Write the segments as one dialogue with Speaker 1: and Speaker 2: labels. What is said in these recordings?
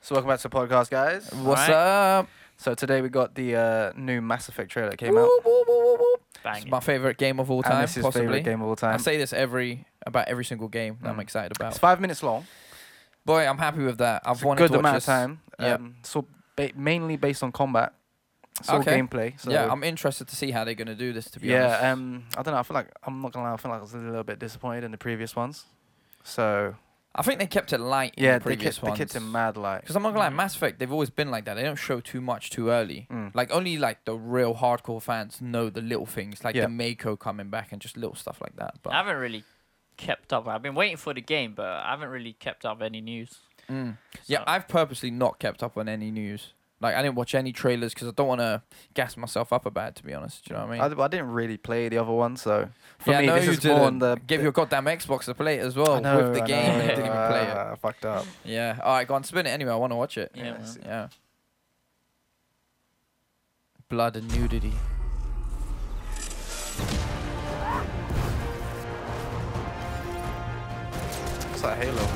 Speaker 1: So welcome back to the podcast, guys.
Speaker 2: What's
Speaker 3: Right.
Speaker 2: up?
Speaker 1: So today we got the uh, new Mass Effect trailer that came out.
Speaker 2: Whoop, whoop, whoop, whoop, whoop. It's
Speaker 3: Bang.
Speaker 2: my favorite game of all
Speaker 1: and
Speaker 2: time,
Speaker 1: this is
Speaker 2: possibly.
Speaker 1: favorite game of all time.
Speaker 2: I say this every about every single game that I'm
Speaker 1: Mm.
Speaker 2: excited
Speaker 1: It's
Speaker 2: about.
Speaker 1: five minutes long.
Speaker 2: Boy, I'm happy with that. I've
Speaker 1: It's a
Speaker 2: wanted
Speaker 1: good
Speaker 2: to watch
Speaker 1: amount
Speaker 2: this.
Speaker 1: of time.
Speaker 2: Yeah.
Speaker 1: Um, so ba- mainly based on combat. It's all
Speaker 2: Okay.
Speaker 1: gameplay. So
Speaker 2: yeah, I'm interested to see how they're gonna do this. To be
Speaker 1: yeah,
Speaker 2: honest,
Speaker 1: um, I don't know. I feel like I'm not gonna lie. I feel like I was a little bit disappointed in the previous ones. So
Speaker 2: I think they kept it light. in
Speaker 1: yeah,
Speaker 2: the
Speaker 1: they
Speaker 2: previous
Speaker 1: kept, they kept it mad like.
Speaker 2: Because I'm not gonna lie, Mass Effect they've always been like that. They don't show too much too early.
Speaker 1: Mm.
Speaker 2: Like only like the real hardcore fans know the little things, like
Speaker 1: Yeah.
Speaker 2: the Mako coming back and just little stuff like that.
Speaker 3: I
Speaker 2: But
Speaker 3: haven't really kept up. I've been waiting for the game, but I haven't really kept up any news.
Speaker 2: Mm. yeah,
Speaker 3: So-
Speaker 2: I've purposely not kept up on any news. Like I didn't watch any trailers because I don't want to gas myself up about it. To be honest, do you know what I mean?
Speaker 1: I, d- I didn't really play the other one, so for
Speaker 2: yeah,
Speaker 1: me
Speaker 2: no,
Speaker 1: this
Speaker 2: you
Speaker 1: is
Speaker 2: didn't.
Speaker 1: more on the
Speaker 2: Give your goddamn Xbox to play it as
Speaker 1: I
Speaker 2: well
Speaker 1: know,
Speaker 2: with the
Speaker 1: I
Speaker 2: game.
Speaker 1: know,
Speaker 2: and you didn't even play it.
Speaker 1: uh, Fucked up.
Speaker 2: Yeah. All right, go on, spin it anyway. I want to watch it.
Speaker 3: Yeah,
Speaker 1: Yes.
Speaker 3: man.
Speaker 2: Yeah. Blood and nudity.
Speaker 1: It's like Halo.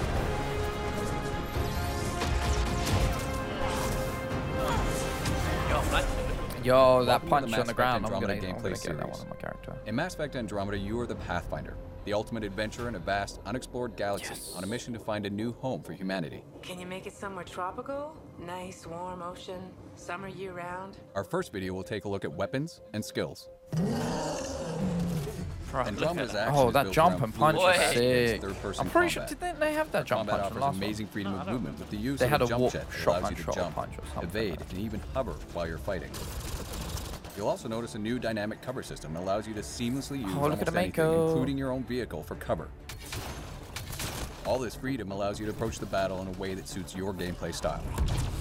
Speaker 2: Yo, that
Speaker 4: Welcome to the
Speaker 2: punch
Speaker 4: Mass
Speaker 2: on the
Speaker 4: Effect
Speaker 2: ground. I'm gonna,
Speaker 4: Andromeda
Speaker 2: I'm
Speaker 4: gameplay
Speaker 2: gonna get that
Speaker 4: series.
Speaker 2: one on my character.
Speaker 4: In Mass Effect Andromeda, you are the Pathfinder, the ultimate adventurer in a vast, unexplored galaxy on a mission to find a new home for humanity.
Speaker 5: Can you make it somewhere tropical? Nice, warm ocean, summer year round?
Speaker 4: Our first video will take a look at weapons and skills.
Speaker 3: Bro, look at
Speaker 4: Andromeda's
Speaker 3: that.
Speaker 4: action
Speaker 2: Oh,
Speaker 4: is
Speaker 2: that
Speaker 4: built
Speaker 2: jump
Speaker 4: around
Speaker 2: and punch
Speaker 3: was
Speaker 4: fluid action
Speaker 2: is
Speaker 4: against
Speaker 2: sick.
Speaker 4: third-person
Speaker 2: I'm pretty sure
Speaker 4: combat.
Speaker 2: didn't they have that jump
Speaker 4: Combat
Speaker 2: punch on
Speaker 4: offers
Speaker 2: last one?
Speaker 4: amazing freedom
Speaker 3: No, I
Speaker 4: of
Speaker 3: don't
Speaker 4: movement with the use
Speaker 2: They
Speaker 4: of
Speaker 2: had
Speaker 4: a
Speaker 2: a
Speaker 4: jump
Speaker 2: warp
Speaker 4: jet that
Speaker 2: shot
Speaker 4: allows you to
Speaker 2: control
Speaker 4: jump,
Speaker 2: punch or something.
Speaker 4: evade, and even hover while you're fighting. You'll also notice a new dynamic cover system that allows you to seamlessly use
Speaker 2: Oh, look at
Speaker 4: almost
Speaker 2: the
Speaker 4: anything,
Speaker 2: Mako.
Speaker 4: including your own vehicle, for cover. All this freedom allows you to approach the battle in a way that suits your gameplay style.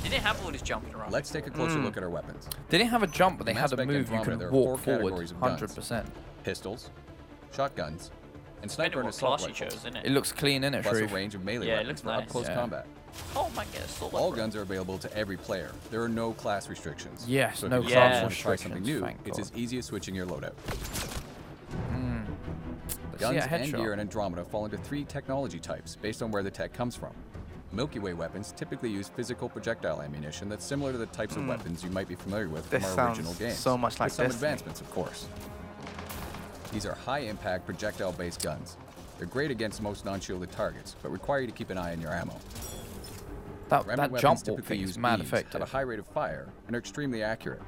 Speaker 3: They didn't have all this jumping around.
Speaker 4: Let's take a closer
Speaker 2: Hmm.
Speaker 4: look at our weapons.
Speaker 2: They didn't have a jump, but they
Speaker 4: In
Speaker 2: had
Speaker 4: Mass
Speaker 2: a
Speaker 4: Effect
Speaker 2: move you
Speaker 4: Andromeda, there
Speaker 2: can
Speaker 4: are
Speaker 2: walk
Speaker 4: four
Speaker 2: forward.
Speaker 4: categories of guns.
Speaker 2: Hundred percent.
Speaker 4: Pistols, shotguns,
Speaker 3: Depending
Speaker 4: and sniper
Speaker 3: on
Speaker 4: and
Speaker 3: what
Speaker 4: assault
Speaker 3: class you chose,
Speaker 4: rifles,
Speaker 3: isn't
Speaker 2: It
Speaker 3: it?
Speaker 2: looks clean in it,
Speaker 4: plus a
Speaker 2: true.
Speaker 4: range of melee
Speaker 3: Yeah, it
Speaker 4: weapons
Speaker 3: looks
Speaker 4: for
Speaker 3: nice.
Speaker 4: up-close
Speaker 2: Yeah.
Speaker 4: combat.
Speaker 3: Oh my god, it's so
Speaker 4: All
Speaker 3: loud.
Speaker 4: guns are available to every player. There are no class restrictions.
Speaker 2: Yes,
Speaker 4: so if
Speaker 2: no
Speaker 4: you
Speaker 3: class
Speaker 4: decide you want to try something
Speaker 2: restrictions,
Speaker 4: new,
Speaker 2: thank
Speaker 4: it's as
Speaker 2: God.
Speaker 4: easy as switching your loadout.
Speaker 2: Let's see
Speaker 4: Guns
Speaker 2: a
Speaker 4: and
Speaker 2: headshot.
Speaker 4: gear in Andromeda fall into three technology types based on where the tech comes from. Milky Way weapons typically use physical projectile ammunition that's similar to the types of weapons you might be familiar with
Speaker 1: Hmm. This
Speaker 4: from our
Speaker 1: sounds
Speaker 4: original games.
Speaker 1: so much like
Speaker 4: with some
Speaker 1: Destiny.
Speaker 4: advancements, of course. These are high-impact projectile-based guns. They're great against most non-shielded targets, but require you to keep an eye on your ammo.
Speaker 2: That,
Speaker 4: Remnant
Speaker 2: that
Speaker 4: weapons
Speaker 2: jump walk
Speaker 4: typically
Speaker 2: thing
Speaker 4: use
Speaker 2: is mad
Speaker 4: beams,
Speaker 2: effective.
Speaker 4: have a high rate of fire, and are extremely accurate.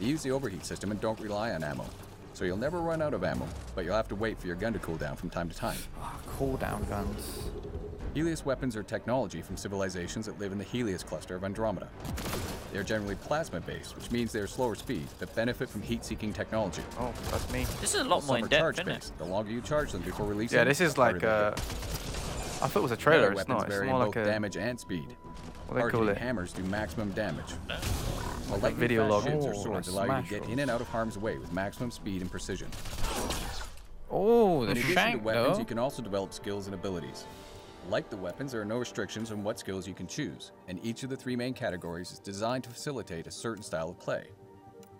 Speaker 4: They use the overheat system and don't rely on ammo, so you'll never run out of ammo, but you'll have to wait for your gun to cool down from time to time.
Speaker 2: Ah, cooldown guns.
Speaker 4: Helios weapons are technology from civilizations that live in the Helios cluster of Andromeda. They are generally plasma-based, which means they are slower speed, but benefit from heat-seeking technology.
Speaker 1: Oh, that's me.
Speaker 3: This is a lot
Speaker 4: Some
Speaker 3: more
Speaker 4: are
Speaker 3: in depth, isn't it?
Speaker 4: charge-based. The longer you charge them before releasing,
Speaker 1: Yeah, this
Speaker 4: the
Speaker 1: is
Speaker 4: harder
Speaker 1: like
Speaker 4: they
Speaker 1: uh
Speaker 4: hit.
Speaker 1: I thought it was a
Speaker 4: Melee
Speaker 1: trailer. It's
Speaker 4: weapons
Speaker 1: not. It's
Speaker 4: vary in
Speaker 1: more like a
Speaker 4: both damage and speed.
Speaker 1: what do they call
Speaker 4: Arcane
Speaker 1: it?
Speaker 4: hammers do maximum damage. While lightning
Speaker 1: video
Speaker 4: fast
Speaker 1: log.
Speaker 4: shields or
Speaker 2: Oh,
Speaker 4: swords
Speaker 2: a
Speaker 4: allow you
Speaker 2: smash
Speaker 4: to get
Speaker 2: roll.
Speaker 4: in and out of harm's way with maximum speed and precision.
Speaker 2: Oh,
Speaker 4: In
Speaker 2: the
Speaker 4: addition
Speaker 2: shank
Speaker 4: to weapons,
Speaker 2: though.
Speaker 4: you can also develop skills and abilities. Like the weapons, there are no restrictions on what skills you can choose, and each of the three main categories is designed to facilitate a certain style of play.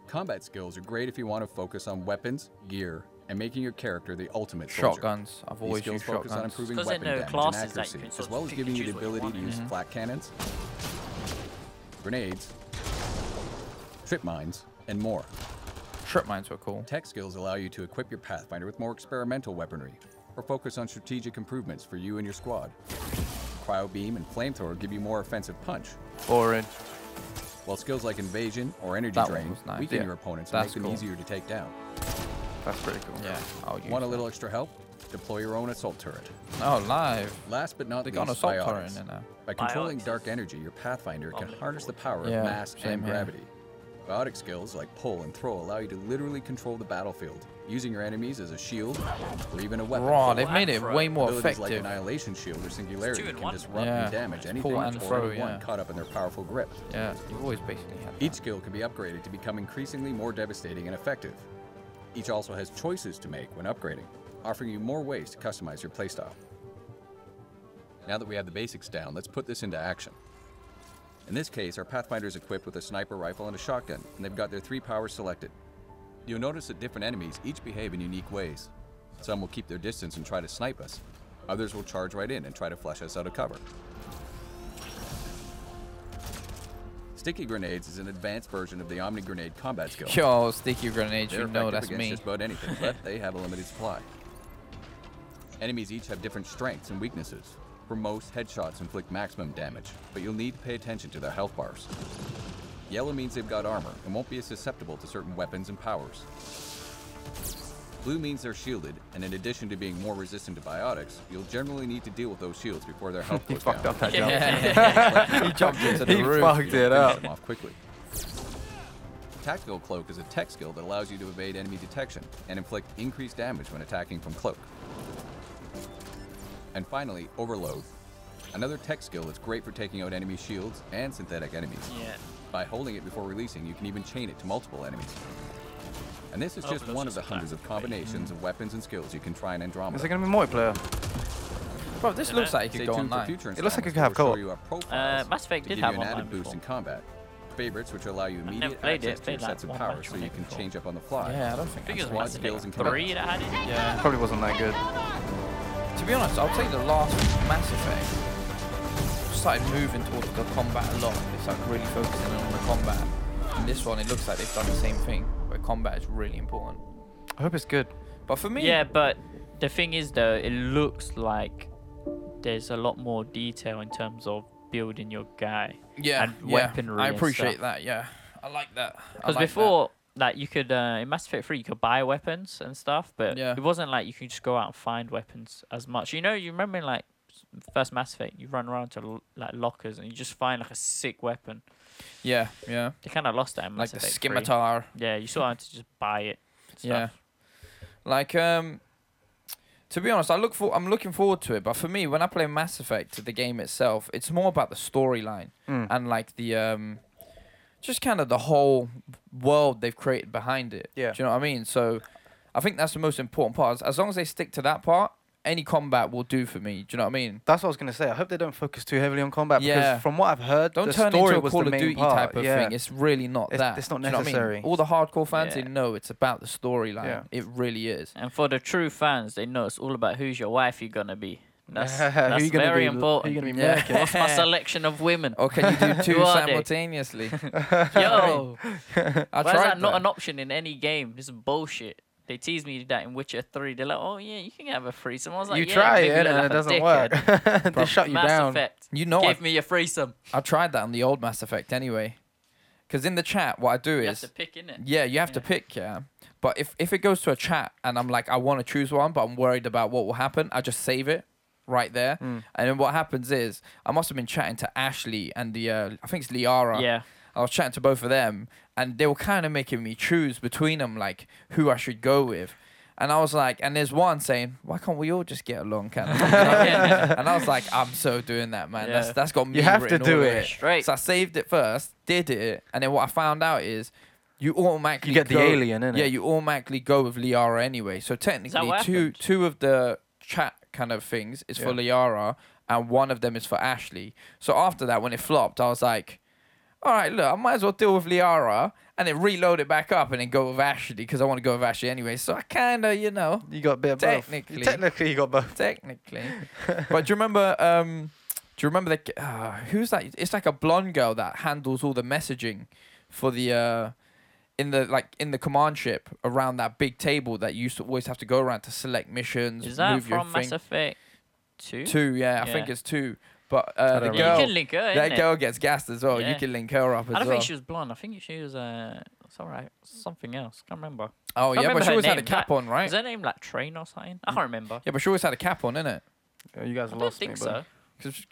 Speaker 4: Combat skills are great if you want to focus on weapons, gear, and making your character the ultimate soldier.
Speaker 2: Shotguns. I've
Speaker 4: These
Speaker 2: always
Speaker 4: skills
Speaker 2: used
Speaker 4: focus on
Speaker 2: shotguns.
Speaker 4: improving
Speaker 3: Because they
Speaker 4: weapon
Speaker 3: know
Speaker 4: damage and
Speaker 3: classes that you
Speaker 4: accuracy,
Speaker 3: can sort
Speaker 4: as
Speaker 3: of
Speaker 4: well as
Speaker 3: pick
Speaker 4: giving
Speaker 3: and
Speaker 4: you the
Speaker 3: choose what you
Speaker 4: ability to
Speaker 3: want.
Speaker 4: use
Speaker 2: Mm-hmm.
Speaker 4: flat cannons, grenades, trip mines, and more.
Speaker 2: Trip mines were cool.
Speaker 4: Tech skills allow you to equip your Pathfinder with more experimental weaponry, or focus on strategic improvements for you and your squad. Cryo beam and flamethrower give you more offensive punch,
Speaker 1: Boring.
Speaker 4: while skills like invasion or energy
Speaker 2: That one
Speaker 4: drain
Speaker 2: was nice,
Speaker 4: weaken
Speaker 2: yeah.
Speaker 4: your opponents and
Speaker 2: That's
Speaker 4: make them
Speaker 2: cool.
Speaker 4: easier to take down.
Speaker 1: That's pretty cool.
Speaker 2: Yeah, I'll use.
Speaker 4: Want a
Speaker 2: that.
Speaker 4: little extra help? Deploy your own assault turret.
Speaker 2: Oh, live.
Speaker 4: Last but not
Speaker 2: They got an
Speaker 4: least,
Speaker 2: assault turret
Speaker 4: biotics.
Speaker 2: in there now.
Speaker 4: By controlling
Speaker 3: Biotics
Speaker 4: dark
Speaker 3: is-
Speaker 4: energy, your Pathfinder
Speaker 3: I'm
Speaker 4: can
Speaker 3: looking
Speaker 4: harness the power
Speaker 2: forward to it.
Speaker 4: of
Speaker 2: Yeah,
Speaker 4: mass
Speaker 2: same
Speaker 4: and
Speaker 2: here.
Speaker 4: gravity. Biotic skills like pull and throw allow you to literally control the battlefield, using your enemies as a shield or even a weapon.
Speaker 2: Raw, they've made it
Speaker 3: Lateral
Speaker 2: way more
Speaker 4: Abilities like
Speaker 2: effective.
Speaker 4: Annihilation Shield or Singularity
Speaker 3: in
Speaker 4: can
Speaker 3: one.
Speaker 4: disrupt
Speaker 2: Yeah.
Speaker 4: and damage
Speaker 2: It's
Speaker 4: anything
Speaker 2: pull
Speaker 4: or
Speaker 2: and throw,
Speaker 4: anyone
Speaker 2: yeah.
Speaker 4: caught up in their powerful grip.
Speaker 2: Yeah, you've always basically had
Speaker 4: Each skill can be upgraded to become increasingly more devastating and effective. Each also has choices to make when upgrading, offering you more ways to customize your playstyle. Now that we have the basics down, let's put this into action. In this case, our Pathfinder is equipped with a sniper rifle and a shotgun, and they've got their three powers selected. You'll notice that different enemies each behave in unique ways. Some will keep their distance and try to snipe us, others will charge right in and try to flush us out of cover. Sticky grenades is an advanced version of the Omni grenade combat skill.
Speaker 2: Yo, sticky grenades,
Speaker 4: They're
Speaker 2: you know
Speaker 4: effective
Speaker 2: that's
Speaker 4: against
Speaker 2: me.
Speaker 4: just about anything, but they have a limited supply. Enemies each have different strengths and weaknesses. For most, headshots inflict maximum damage, but you'll need to pay attention to their health bars. Yellow means they've got armor and won't be as susceptible to certain weapons and powers. Blue means they're shielded, and in addition to being more resistant to biotics, you'll generally need to deal with those shields before their health
Speaker 1: He
Speaker 4: goes
Speaker 1: fucked
Speaker 4: down.
Speaker 1: up that
Speaker 3: Yeah.
Speaker 1: job.
Speaker 2: he jumped into the
Speaker 1: He
Speaker 2: room.
Speaker 1: fucked
Speaker 4: You
Speaker 1: it
Speaker 4: know, finish
Speaker 1: up.
Speaker 4: them off quickly. Tactical Cloak is a tech skill that allows you to evade enemy detection and inflict increased damage when attacking from cloak. And finally, Overload, another tech skill that's great for taking out enemy shields and synthetic enemies.
Speaker 3: Yeah.
Speaker 4: By holding it before releasing, you can even chain it to multiple enemies. And this is just
Speaker 3: Overload's
Speaker 4: one
Speaker 3: just
Speaker 4: of the
Speaker 3: a
Speaker 4: hundreds of
Speaker 3: tactical thing.
Speaker 4: combinations of weapons and skills you can try in Andromeda.
Speaker 1: Is it going to be multiplayer?
Speaker 2: Bro, this looks like it
Speaker 4: Stay
Speaker 2: could go
Speaker 4: tuned for
Speaker 2: online.
Speaker 4: future
Speaker 1: It looks like
Speaker 4: installments
Speaker 1: it could
Speaker 4: where
Speaker 1: have
Speaker 4: we'll show
Speaker 1: co-op.
Speaker 4: you our profiles
Speaker 3: Uh, Mass Effect
Speaker 4: to
Speaker 3: did
Speaker 4: give you
Speaker 3: have
Speaker 4: an added
Speaker 3: online
Speaker 4: boost in combat. Favorites, which allow you immediate
Speaker 3: played it,
Speaker 4: access to your
Speaker 3: played like
Speaker 4: sets of
Speaker 3: one
Speaker 4: power,
Speaker 3: match
Speaker 4: so
Speaker 3: on
Speaker 4: you
Speaker 3: it
Speaker 4: can
Speaker 3: before.
Speaker 4: change up on the fly.
Speaker 2: Yeah, I don't think.
Speaker 3: I think it was
Speaker 4: Squad
Speaker 3: Mass
Speaker 4: skills and
Speaker 3: Effect 3 that had it.
Speaker 2: Yeah.
Speaker 1: Probably wasn't that good.
Speaker 2: To be honest, I'll take the last Mass Effect. Started moving towards the combat a lot. It's like really focusing on the combat. And this one, it looks like they've done the same thing, where combat is really important.
Speaker 1: I hope it's good.
Speaker 2: But for me,
Speaker 3: Yeah, but the thing is though, it looks like there's a lot more detail in terms of building your guy.
Speaker 2: yeah,
Speaker 3: and
Speaker 2: yeah,
Speaker 3: weaponry
Speaker 2: I
Speaker 3: and
Speaker 2: appreciate
Speaker 3: stuff.
Speaker 2: that. Yeah, I like that. I
Speaker 3: Because
Speaker 2: like that.
Speaker 3: before, like you could uh, in Mass Effect Three, you could buy weapons and stuff, but
Speaker 2: Yeah.
Speaker 3: it wasn't like you could just go out and find weapons as much. You know, you remember in like s- first Mass Effect, you run around to l- like lockers and you just find like a sick weapon.
Speaker 2: yeah, yeah,
Speaker 3: They kind of lost that in
Speaker 2: like
Speaker 3: Mass
Speaker 2: the
Speaker 3: Effect 3.
Speaker 2: scimitar.
Speaker 3: Yeah, you sort of had to just buy it. and
Speaker 2: Yeah.
Speaker 3: stuff.
Speaker 2: Like um to be honest, I look for I'm looking forward to it, but for me when I play Mass Effect, the game itself, it's more about the storyline
Speaker 1: Mm.
Speaker 2: and like the um just kind of the whole world they've created behind it.
Speaker 1: Yeah.
Speaker 2: Do you know what I mean? So I think that's the most important part. As- As long as they stick to that part, any combat will do for me. Do you know what I mean?
Speaker 1: That's what I was going to say. I hope they don't focus too heavily on combat because
Speaker 2: Yeah.
Speaker 1: from what I've heard,
Speaker 2: Don't
Speaker 1: the
Speaker 2: turn it
Speaker 1: story
Speaker 2: into a
Speaker 1: was
Speaker 2: Call
Speaker 1: the
Speaker 2: of
Speaker 1: main
Speaker 2: Duty
Speaker 1: part.
Speaker 2: type of
Speaker 1: yeah.
Speaker 2: thing. It's really not
Speaker 1: It's-
Speaker 2: that.
Speaker 1: it's not
Speaker 2: Do you know what I mean?
Speaker 1: necessary.
Speaker 2: All the hardcore fans,
Speaker 3: Yeah.
Speaker 2: they know it's about the storyline.
Speaker 1: Yeah.
Speaker 2: It really is.
Speaker 3: And for the true fans, they know it's all about who's your wife you're gonna be. That's,
Speaker 1: Who
Speaker 3: that's
Speaker 1: you gonna
Speaker 3: very
Speaker 1: be- who you
Speaker 3: important.
Speaker 1: gonna be
Speaker 2: Yeah.
Speaker 1: marking?
Speaker 3: What's my selection of women?
Speaker 2: Or Oh, can you do
Speaker 3: Who
Speaker 2: two
Speaker 3: are they?
Speaker 2: simultaneously?
Speaker 3: Yo,
Speaker 2: I
Speaker 3: why is
Speaker 2: tried
Speaker 3: that not
Speaker 2: that.
Speaker 3: an option in any game? This is bullshit. They teased me that in Witcher 3. They're like, oh, yeah, you can have a threesome. I was like,
Speaker 1: you
Speaker 3: yeah,
Speaker 1: try
Speaker 3: maybe
Speaker 1: it
Speaker 3: you're
Speaker 1: and
Speaker 3: like
Speaker 1: it
Speaker 3: a
Speaker 1: doesn't
Speaker 3: dickhead.
Speaker 1: work. they shut you
Speaker 3: Mass
Speaker 1: down.
Speaker 3: Effect.
Speaker 2: You know
Speaker 3: Give
Speaker 2: I-
Speaker 3: me a threesome.
Speaker 2: I tried that on the old Mass Effect anyway. Because in the chat, what I do
Speaker 3: You have
Speaker 2: is,
Speaker 3: to pick, innit?
Speaker 2: yeah, you have to
Speaker 3: yeah.
Speaker 2: pick, yeah. But if if it goes to a chat and I'm like, I want to choose one, but I'm worried about what will happen, I just save it right there.
Speaker 3: Hmm.
Speaker 2: And then what happens is, I must have been chatting to Ashley and the, uh, I think it's Liara.
Speaker 3: Yeah.
Speaker 2: I was chatting to both of them, and they were kind of making me choose between them, like who I should go with. And I was like, and there's one saying, "Why can't we all just get along?" Kind of. thing, you know what I mean? and I was like, "I'm so doing that, man.
Speaker 3: Yeah.
Speaker 2: That's that's got me."
Speaker 1: You have to
Speaker 2: written all
Speaker 1: do
Speaker 2: over
Speaker 1: it.
Speaker 3: Straight.
Speaker 2: So I saved it first, did it, and then what I found out is, you automatically
Speaker 1: You get the
Speaker 2: go-
Speaker 1: alien, innit?
Speaker 2: Yeah, you automatically go with Liara anyway. So technically,
Speaker 3: what
Speaker 2: two
Speaker 3: happened?
Speaker 2: two of the chat kind of things is for Liara, and one of them is for Ashley. So after that, when it flopped, I was like all right, look, I might as well deal with Liara and then reload it back up and then go with Ashley because I want to go with Ashley anyway. So I kind of, you know,
Speaker 1: You got a bit of both.
Speaker 2: Technically.
Speaker 1: You- Technically, you got both.
Speaker 2: technically. but do you remember? Um, do you remember the uh, who's that? It's like a blonde girl that handles all the messaging for the uh, in the like in the command ship around that big table that you used to always have to go around to select missions.
Speaker 3: Is that
Speaker 2: move your
Speaker 3: from Mass
Speaker 2: thing.
Speaker 3: Effect 2?
Speaker 2: Two, yeah, I think
Speaker 3: Yeah.
Speaker 2: it's two. But
Speaker 1: don't
Speaker 2: uh, the girl,
Speaker 1: remember.
Speaker 3: Yeah, you can link her,
Speaker 2: that
Speaker 3: innit?
Speaker 2: girl gets gassed as well. You
Speaker 3: Yeah.
Speaker 2: can link her up as
Speaker 3: I don't
Speaker 2: well.
Speaker 3: think she was blonde. I think she was, uh, it's all right. Something else. Can't remember.
Speaker 2: oh
Speaker 3: can't
Speaker 2: yeah, but
Speaker 3: remember
Speaker 2: she
Speaker 3: her
Speaker 2: always had a
Speaker 3: name,
Speaker 2: cap
Speaker 3: that-
Speaker 2: on, right?
Speaker 3: Is her name like Train or something? I can't remember.
Speaker 2: Yeah, but she always had a cap on, innit?
Speaker 1: Yeah, You guys
Speaker 3: I don't
Speaker 1: lost me,
Speaker 3: think
Speaker 1: bro.
Speaker 3: so.
Speaker 2: Because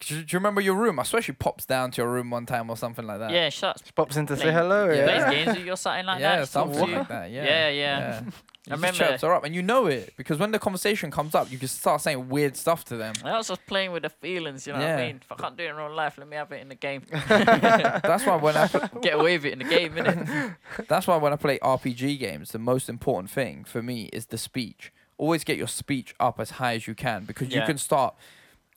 Speaker 2: do you remember your room? I swear she pops down to your room one time or something like that.
Speaker 3: Yeah, she starts
Speaker 1: Pops in to say
Speaker 3: playing-
Speaker 1: hello.
Speaker 2: Yeah.
Speaker 1: Yeah.
Speaker 3: plays games with you or something like
Speaker 2: yeah,
Speaker 3: that. she talks to
Speaker 2: something
Speaker 3: you.
Speaker 2: like that. Yeah,
Speaker 3: Yeah, yeah.
Speaker 2: You
Speaker 3: I
Speaker 2: just
Speaker 3: remember-
Speaker 2: chirps her up, and you know it because when the conversation comes up, you can start saying weird stuff to them.
Speaker 3: I was just playing with the feelings, you know what
Speaker 2: Yeah.
Speaker 3: I mean? If I can't do it in real life, let me have it in the game.
Speaker 2: that's why when I pl-
Speaker 3: Get away with it in the game, innit?
Speaker 2: that's why when I play RPG games, the most important thing for me is the speech. Always get your speech up as high as you can because you
Speaker 3: Yeah.
Speaker 2: can start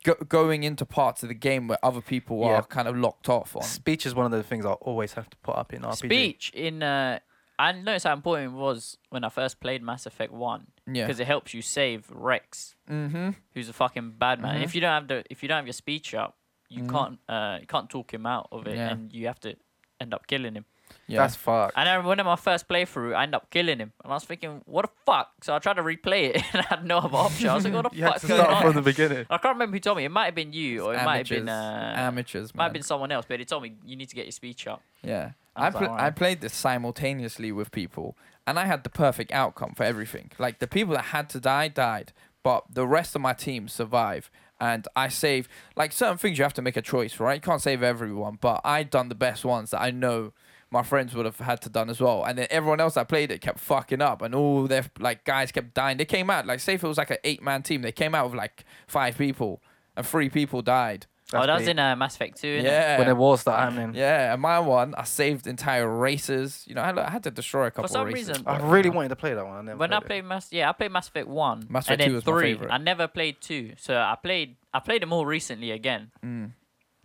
Speaker 2: go- going into parts of the game where other people
Speaker 1: Yeah.
Speaker 2: are kind of locked off on.
Speaker 1: Speech is one of the things I always have to put up in RPG.
Speaker 3: Speech in uh I noticed how important it was when I first played Mass Effect One.
Speaker 2: Yeah.
Speaker 3: Because it helps you save Rex,
Speaker 2: Mm-hmm.
Speaker 1: Mm-hmm.
Speaker 3: who's a fucking bad man. If you don't have the if you don't have your speech up, you
Speaker 2: Mhm.
Speaker 3: can't uh, you can't talk him out of it,
Speaker 2: Yeah.
Speaker 3: and you have to end up killing him.
Speaker 2: Yeah.
Speaker 1: That's fucked.
Speaker 3: And I remember my first playthrough, I ended up killing him, and I was thinking, what the fuck? So I tried to replay it, and I had no other option. I was like, what the
Speaker 1: You had
Speaker 3: fuck?
Speaker 1: to
Speaker 3: going
Speaker 1: start from
Speaker 3: on?
Speaker 1: the beginning.
Speaker 3: I can't remember who told me. It might have been you, or it
Speaker 2: amateurs,
Speaker 3: might have been uh,
Speaker 2: amateurs,
Speaker 3: might
Speaker 2: man.
Speaker 3: have been someone else. But they told me you need to get your speech up.
Speaker 2: yeah.
Speaker 3: I
Speaker 2: I,
Speaker 3: was like,
Speaker 2: pl- I
Speaker 3: alright.
Speaker 2: played this simultaneously with people, and I had the perfect outcome for everything. Like the people that had to die died, but the rest of my team survive, and I save. Like certain things, you have to make a choice, right? You can't save everyone, but I done the best ones that I know my friends would have had to done as well. And then everyone else that played it kept fucking up, and all their like guys kept dying. They came out like say if it was like an eight man team, they came out with like five people, and three people died.
Speaker 3: oh, that was
Speaker 1: big.
Speaker 3: in uh, Mass Effect 2. innit?
Speaker 2: Yeah.
Speaker 1: When the wars start happening.
Speaker 2: Yeah, and my one, I saved entire races. You know, I had, I had to destroy a couple
Speaker 3: some
Speaker 2: races. Uh,
Speaker 3: reason-
Speaker 2: but,
Speaker 1: I
Speaker 2: you
Speaker 1: really
Speaker 2: know.
Speaker 1: wanted to play that one. I never
Speaker 3: When I
Speaker 1: played it.
Speaker 3: played Mass, yeah, I played Mass Effect One,
Speaker 2: Mass Effect
Speaker 3: and then
Speaker 2: 2 was my
Speaker 3: three.
Speaker 2: favourite.
Speaker 3: I never played two, so I played I played them all recently again,
Speaker 2: Mm.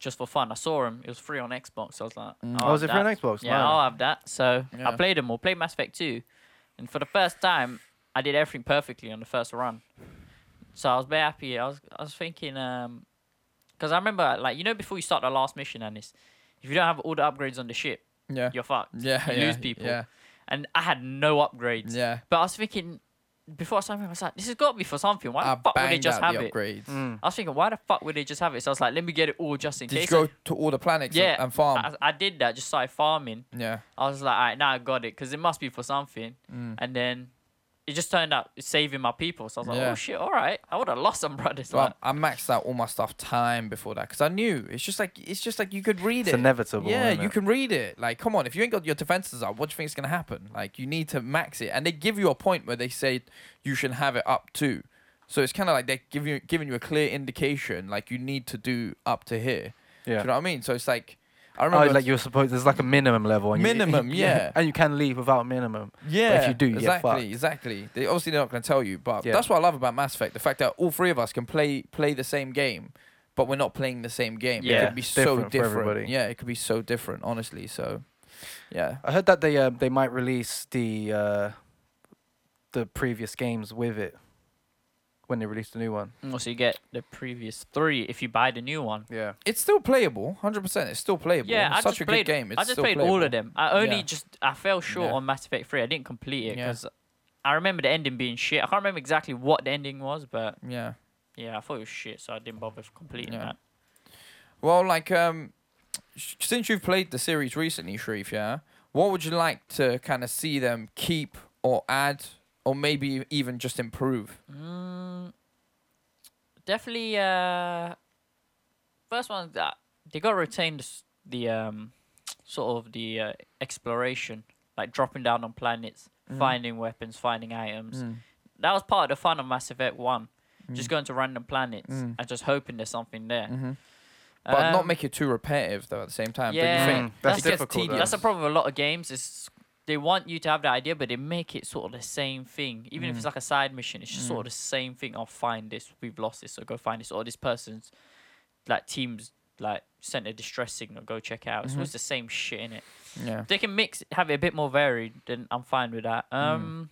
Speaker 3: just for fun. I saw them; it was free on Xbox. So I was like, I'll
Speaker 1: Oh, is
Speaker 3: have
Speaker 1: it free on
Speaker 3: that.
Speaker 1: Xbox?
Speaker 3: Yeah,
Speaker 1: Nice.
Speaker 3: I'll have that. So I
Speaker 2: Mm. Yeah.
Speaker 3: played them all. Played Mass Effect Two, and for the first time, I did everything perfectly on the first run. So I was very happy. I was I was thinking, um, because I remember like you know before you start the last mission, Anis, if you don't have all the upgrades on the ship,
Speaker 2: Yeah.
Speaker 3: you're fucked.
Speaker 2: yeah,
Speaker 3: you
Speaker 2: yeah,
Speaker 3: lose people
Speaker 2: Yeah,
Speaker 3: and I had no upgrades.
Speaker 2: Yeah.
Speaker 3: But I was thinking before I signed him, I was like, this has got to be for something. Why
Speaker 2: I
Speaker 3: the fuck would they
Speaker 2: banged
Speaker 3: just
Speaker 2: out
Speaker 3: have
Speaker 2: the
Speaker 3: it? Mm.
Speaker 2: upgrades.
Speaker 3: I was thinking, why the fuck would they just have it? So I was like, let me get it all just in
Speaker 2: Did you
Speaker 3: case.
Speaker 2: go to all the planets and-
Speaker 3: yeah,
Speaker 2: and farm?
Speaker 3: I, I did that. Just started farming.
Speaker 2: yeah,
Speaker 3: I was like, all right, now I got it because it must be for something.
Speaker 2: Mm.
Speaker 3: And then it just turned out it's saving my people. So I was like,
Speaker 2: Yeah.
Speaker 3: oh shit, all right, I would have lost some brothers.
Speaker 2: so I-
Speaker 3: Like,
Speaker 2: I maxed out all my stuff time before that because I knew it's just like it's just like you could read
Speaker 1: It's
Speaker 2: it.
Speaker 1: inevitable,
Speaker 2: Yeah,
Speaker 1: isn't
Speaker 2: you
Speaker 1: it?
Speaker 2: can read it. Like, come on, if you ain't got your defenses up, what do you think is gonna happen? Like, you need to max it, and they give you a point where they say you should have it up to. So it's kind of like they give you giving you a clear indication, like you need to do up to here.
Speaker 1: Yeah.
Speaker 2: Do you know what I mean? So it's like I
Speaker 1: Oh,
Speaker 2: remember
Speaker 1: like you're supposed. There's like a minimum level. And you-
Speaker 2: Minimum, yeah.
Speaker 1: And you can leave without a minimum.
Speaker 2: yeah,
Speaker 1: But if you do, you get
Speaker 2: exactly,
Speaker 1: fucked.
Speaker 2: exactly. They obviously they're not going to tell you, but
Speaker 1: Yeah.
Speaker 2: that's what I love about Mass Effect: the fact that all three of us can play play the same game, but we're not playing the same game.
Speaker 3: Yeah.
Speaker 2: it could be
Speaker 1: It's
Speaker 2: so
Speaker 1: different for
Speaker 2: different.
Speaker 1: everybody.
Speaker 2: Yeah, it could be so different, honestly. So, yeah,
Speaker 1: I heard that they um, they might release the uh, the previous games with it when they release the new one.
Speaker 3: mm, so you get the previous three if you buy the new one.
Speaker 1: Yeah.
Speaker 2: it's still playable, hundred percent. It's still playable.
Speaker 3: Yeah,
Speaker 2: it's
Speaker 3: I
Speaker 2: such
Speaker 3: just
Speaker 2: a
Speaker 3: played.
Speaker 2: good game. It's
Speaker 3: I just
Speaker 2: still
Speaker 3: played all
Speaker 2: playable.
Speaker 3: of them. I only
Speaker 2: Yeah.
Speaker 3: just I fell short
Speaker 2: Yeah.
Speaker 3: on Mass Effect Three. I didn't complete it
Speaker 2: Yeah.
Speaker 3: because I remember the ending being shit. I can't remember exactly what the ending was, but
Speaker 2: Yeah.
Speaker 3: yeah, I thought it was shit, so I didn't bother completing
Speaker 2: Yeah.
Speaker 3: that.
Speaker 2: Well, like um, sh- since you've played the series recently, Sharif, yeah, what would you like to kind of see them keep or add, or maybe even just improve?
Speaker 3: Mm, definitely. Uh, first one that they got to retain the, s- the um, sort of the uh, exploration, like dropping down on planets,
Speaker 2: Mm.
Speaker 3: finding weapons, finding items. That was part of the fun of Mass Effect One.
Speaker 2: Mm.
Speaker 3: Just going to random planets and just hoping there's something there.
Speaker 2: Mm-hmm. But not
Speaker 3: Um,
Speaker 2: make it too repetitive though. At the same time,
Speaker 3: yeah.
Speaker 2: don't you think?
Speaker 1: Mm, that's
Speaker 2: It gets
Speaker 1: difficult, though.
Speaker 2: tedious.
Speaker 3: That's the problem with a lot of games is they want you to have the idea, but they make it sort of the same thing. Even
Speaker 2: Mm.
Speaker 3: if it's like a side mission, it's just sort of the same thing. I'll find this. We've lost this, so go find this. Or this person's like teams like sent a distress signal. Go check it out. It's
Speaker 2: Mm-hmm.
Speaker 3: always the same shit in it.
Speaker 2: Yeah,
Speaker 3: They can mix, have it a bit more varied. Then I'm fine with that.
Speaker 2: Mm.
Speaker 3: Um,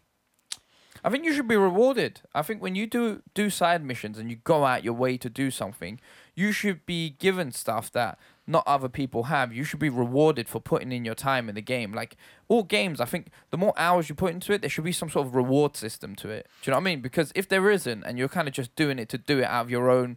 Speaker 2: I think you should be rewarded. I think when you do do side missions and you go out your way to do something, you should be given stuff that not other people have. You should be rewarded for putting in your time in the game. Like all games, I think the more hours you put into it, there should be some sort of reward system to it. Do you know what I mean? Because if there isn't, and you're kind of just doing it to do it out of your own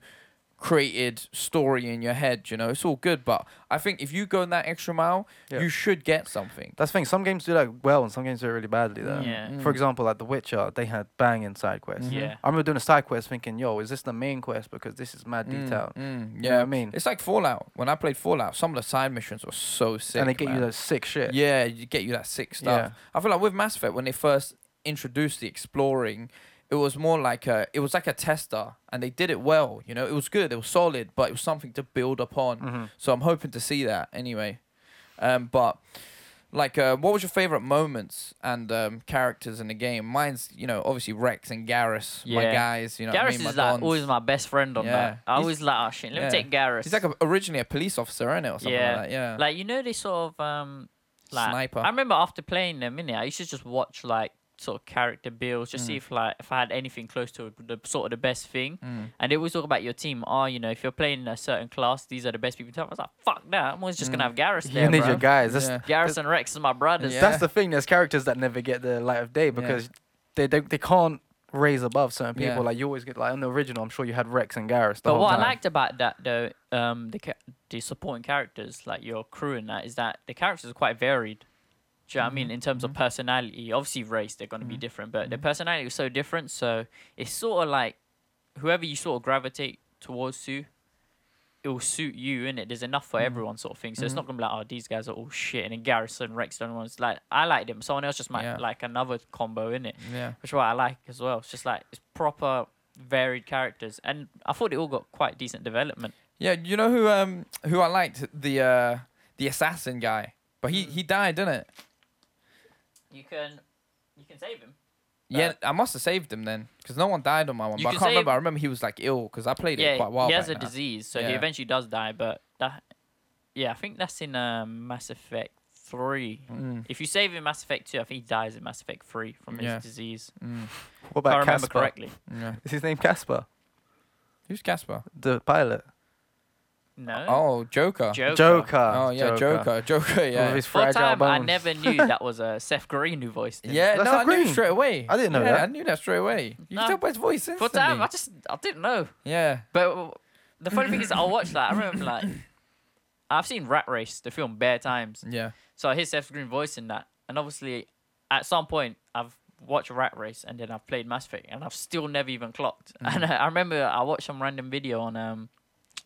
Speaker 2: created story in your head, you know, it's all good. But I think if you go that extra mile,
Speaker 1: Yeah.
Speaker 2: you should get something.
Speaker 1: That's the thing. Some games do that well, and some games do it really badly. Though.
Speaker 3: Yeah.
Speaker 1: For example, like The Witcher, they had banging side quests.
Speaker 3: Yeah.
Speaker 1: I remember doing a side quest, thinking, "Yo, is this the main quest? Because this is mad detail."
Speaker 2: Mm, yeah,
Speaker 1: You know what I mean?
Speaker 2: it's like Fallout. When I played Fallout, some of the side missions were so sick.
Speaker 1: and they get
Speaker 2: man.
Speaker 1: you that sick shit.
Speaker 2: Yeah, you get you that sick
Speaker 1: Yeah.
Speaker 2: stuff. I feel like with Mass Effect when they first introduced the exploring, it was more like a it was like a tester, and they did it well. You know, it was good, it was solid, but it was something to build upon.
Speaker 1: Mm-hmm.
Speaker 2: So I'm hoping to see that anyway. Um, but like, uh, what was your favorite moments and um, characters in the game? Mine's you know obviously Rex and Garrus, my
Speaker 3: Yeah.
Speaker 2: guys. You know, what I
Speaker 3: Garrus
Speaker 2: mean? My
Speaker 3: is like
Speaker 2: dons.
Speaker 3: always my best friend on
Speaker 2: Yeah.
Speaker 3: that. I
Speaker 2: He's-
Speaker 3: always like, oh shit, let
Speaker 2: yeah.
Speaker 3: me take Garrus.
Speaker 2: He's like a, originally a police officer, isn't it, or something
Speaker 3: yeah.
Speaker 2: like that? Yeah.
Speaker 3: Like you know they sort of um like
Speaker 2: Sniper.
Speaker 3: I remember after playing them, innit, I used to just watch like sort of character builds, just see
Speaker 2: Mm.
Speaker 3: if like if I had anything close to the sort of the best thing.
Speaker 2: Mm.
Speaker 3: And it was all about your team. Oh, you know, if you're playing a certain class, these are the best people. to have. I was like, fuck that. I'm always just gonna have Garrus there,
Speaker 1: you need
Speaker 3: bro.
Speaker 1: your guys. That's,
Speaker 2: Yeah.
Speaker 3: Garrus and Rex is my brothers.
Speaker 2: Mm. Yeah.
Speaker 1: that's the thing. There's characters that never get the light of day because they don't, they can't raise above certain people.
Speaker 2: Yeah.
Speaker 1: Like you always get like on the original. I'm sure you had Rex and Garrus. The
Speaker 3: But
Speaker 1: whole
Speaker 3: what
Speaker 1: time.
Speaker 3: I liked about that though, um, the ca- the supporting characters like your crew and that is that the characters are quite varied. Do you know what I
Speaker 1: Mm-hmm.
Speaker 3: mean? In terms of personality, obviously race they're going to be different, but their personality was so different. So it's sort of like whoever you sort of gravitate towards to, it will suit you, and it there's enough for
Speaker 1: Mm-hmm.
Speaker 3: everyone sort of thing. So it's not going to be like oh these guys are all shit, and then Garrison Rex don't ones like I like them. Someone else just might
Speaker 2: Yeah.
Speaker 3: like another combo in it
Speaker 2: Yeah.
Speaker 3: which is what I like as well. It's just like it's proper varied characters, and I thought it all got quite decent development.
Speaker 2: Yeah, you know who um who I liked the uh the assassin guy, but
Speaker 3: Hmm.
Speaker 2: he he died, didn't it?
Speaker 3: You can, you can save him.
Speaker 2: Yeah, I must have saved him then, because no one died on my one.
Speaker 3: You
Speaker 2: But I
Speaker 3: can
Speaker 2: can't remember.
Speaker 3: save-
Speaker 2: I remember he was like ill, because I played
Speaker 3: yeah,
Speaker 2: it quite a while.
Speaker 3: he has a
Speaker 2: back now.
Speaker 3: disease, so he
Speaker 2: Yeah.
Speaker 3: eventually does die. But that, yeah, I think that's in um, Mass Effect Three. If you save him in Mass Effect Two, I think he dies in Mass Effect Three from his
Speaker 2: Yeah.
Speaker 3: disease.
Speaker 1: What
Speaker 3: If I
Speaker 1: about
Speaker 3: remember
Speaker 1: Casper?
Speaker 3: correctly.
Speaker 2: Yeah.
Speaker 1: Is his name Casper,
Speaker 2: Who's Casper?
Speaker 1: the pilot?
Speaker 3: No.
Speaker 2: Oh, Joker.
Speaker 3: Joker.
Speaker 1: Joker.
Speaker 2: Oh yeah, Joker. Joker.
Speaker 1: With
Speaker 2: yeah.
Speaker 1: his
Speaker 3: For a
Speaker 1: fragile
Speaker 3: time, I
Speaker 1: bones.
Speaker 3: never knew that was uh, Seth Green who voiced him.
Speaker 2: Yeah,
Speaker 1: That's
Speaker 2: no,
Speaker 1: not
Speaker 2: I knew
Speaker 1: green.
Speaker 2: straight away.
Speaker 1: I didn't know
Speaker 2: yeah,
Speaker 1: that.
Speaker 2: I knew that straight away. You
Speaker 3: No.
Speaker 2: can tell by his voice
Speaker 3: For a
Speaker 2: instantly.
Speaker 3: time, I just I didn't know.
Speaker 2: yeah.
Speaker 3: But w- the funny thing is, I watched that. I remember like I've seen Rat Race, the film, bare times.
Speaker 2: Yeah.
Speaker 3: So I hear Seth Green voice in that, and obviously, at some point, I've watched Rat Race and then I've played Mass Effect, and I've still never even clocked.
Speaker 2: Mm-hmm.
Speaker 3: And I, I remember I watched some random video on um,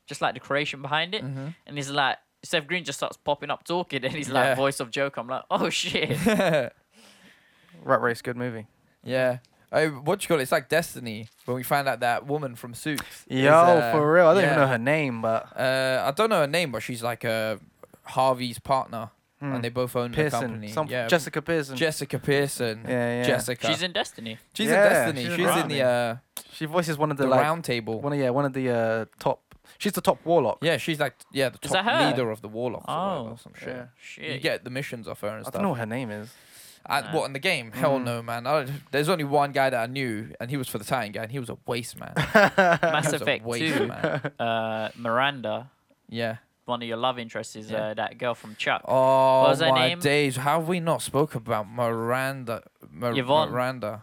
Speaker 3: just like the creation behind it,
Speaker 2: Mm-hmm.
Speaker 3: and he's like. Seth Green just starts popping up talking, and he's like,
Speaker 2: Yeah.
Speaker 3: "Voice of Joker." I'm like, "Oh shit!"
Speaker 1: Rat Race, good movie.
Speaker 2: Yeah. I, what you call it? It's like Destiny when we find out that woman from Suits. is,
Speaker 1: Yo,
Speaker 2: uh,
Speaker 1: for real. I don't
Speaker 2: yeah.
Speaker 1: even know her name, but
Speaker 2: Uh, I don't know her name, but she's like uh, Harvey's partner, and they both own the
Speaker 1: Hmm. Pearson.
Speaker 2: company.
Speaker 1: Some,
Speaker 2: yeah,
Speaker 1: Jessica Pearson.
Speaker 2: Jessica Pearson.
Speaker 1: Yeah, yeah.
Speaker 2: Jessica.
Speaker 3: She's in Destiny.
Speaker 2: She's
Speaker 1: Yeah,
Speaker 2: in Destiny.
Speaker 1: she's
Speaker 2: She's,
Speaker 1: in
Speaker 2: in the uh,
Speaker 1: she voices one of the,
Speaker 2: the
Speaker 1: like,
Speaker 2: round table.
Speaker 1: one of yeah, one of the uh, top. She's the top warlock.
Speaker 2: yeah, she's like yeah the
Speaker 3: Is that
Speaker 2: top
Speaker 3: her?
Speaker 2: leader of the warlocks or
Speaker 3: Oh,
Speaker 2: whatever, some shit.
Speaker 1: yeah.
Speaker 3: Shit.
Speaker 2: You get the missions off her and
Speaker 1: I
Speaker 2: stuff.
Speaker 1: don't know what Hmm. her name is.
Speaker 2: I,
Speaker 3: Nah.
Speaker 2: What in the game? Hell no, man. I, there's only one guy that I knew, and he was for the Titan guy, and he was a waste man. He
Speaker 3: Mass
Speaker 2: was a
Speaker 3: Effect
Speaker 2: waste
Speaker 3: Two.
Speaker 2: man.
Speaker 3: Uh, Miranda,
Speaker 2: Yeah.
Speaker 3: one of your love interests is
Speaker 2: Yeah.
Speaker 3: uh, that girl from Chuck.
Speaker 2: Oh
Speaker 3: was her
Speaker 2: my
Speaker 3: name?
Speaker 2: days! How have we not spoke about Miranda? Mir-
Speaker 3: Yvonne.
Speaker 2: Miranda.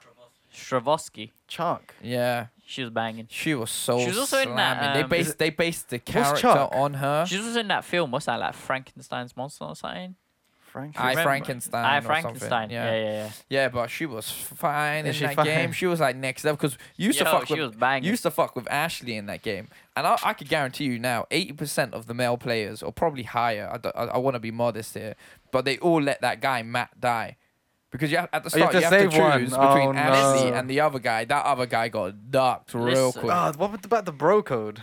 Speaker 3: Stravosky.
Speaker 1: Chuck.
Speaker 2: Yeah,
Speaker 3: She was banging.
Speaker 2: she was so.
Speaker 3: She was also in that,
Speaker 2: slamming.
Speaker 3: um,
Speaker 2: they
Speaker 3: is
Speaker 2: based they based the character
Speaker 1: Chuck?
Speaker 2: on her.
Speaker 3: She was also in that film. What's that like? Frankenstein's monster or something?
Speaker 1: Frank.
Speaker 2: I
Speaker 3: Remember-
Speaker 2: Frankenstein.
Speaker 3: I
Speaker 2: or something.
Speaker 3: Frankenstein. Yeah,
Speaker 2: Yeah.
Speaker 3: yeah, yeah.
Speaker 2: Yeah, but she was fine
Speaker 1: Yeah,
Speaker 2: in
Speaker 1: she
Speaker 2: that
Speaker 1: fine.
Speaker 2: game. She was like next level because used
Speaker 3: Yo,
Speaker 2: to fuck
Speaker 3: she
Speaker 2: with
Speaker 3: was banging.
Speaker 2: used to fuck with Ashley in that game, and I, I could guarantee you now, eighty percent of the male players, or probably higher. I, don't- I, want to be modest here, but they all let that guy Matt die. Because you have, at the
Speaker 1: Oh, you
Speaker 2: start,
Speaker 1: have
Speaker 2: you
Speaker 1: to
Speaker 2: have to,
Speaker 1: save one.
Speaker 2: choose
Speaker 1: Oh,
Speaker 2: between Ashley
Speaker 1: no.
Speaker 2: and the other guy. That other guy got ducked real
Speaker 3: Listen.
Speaker 2: quick.
Speaker 1: Oh, what with- about the bro code?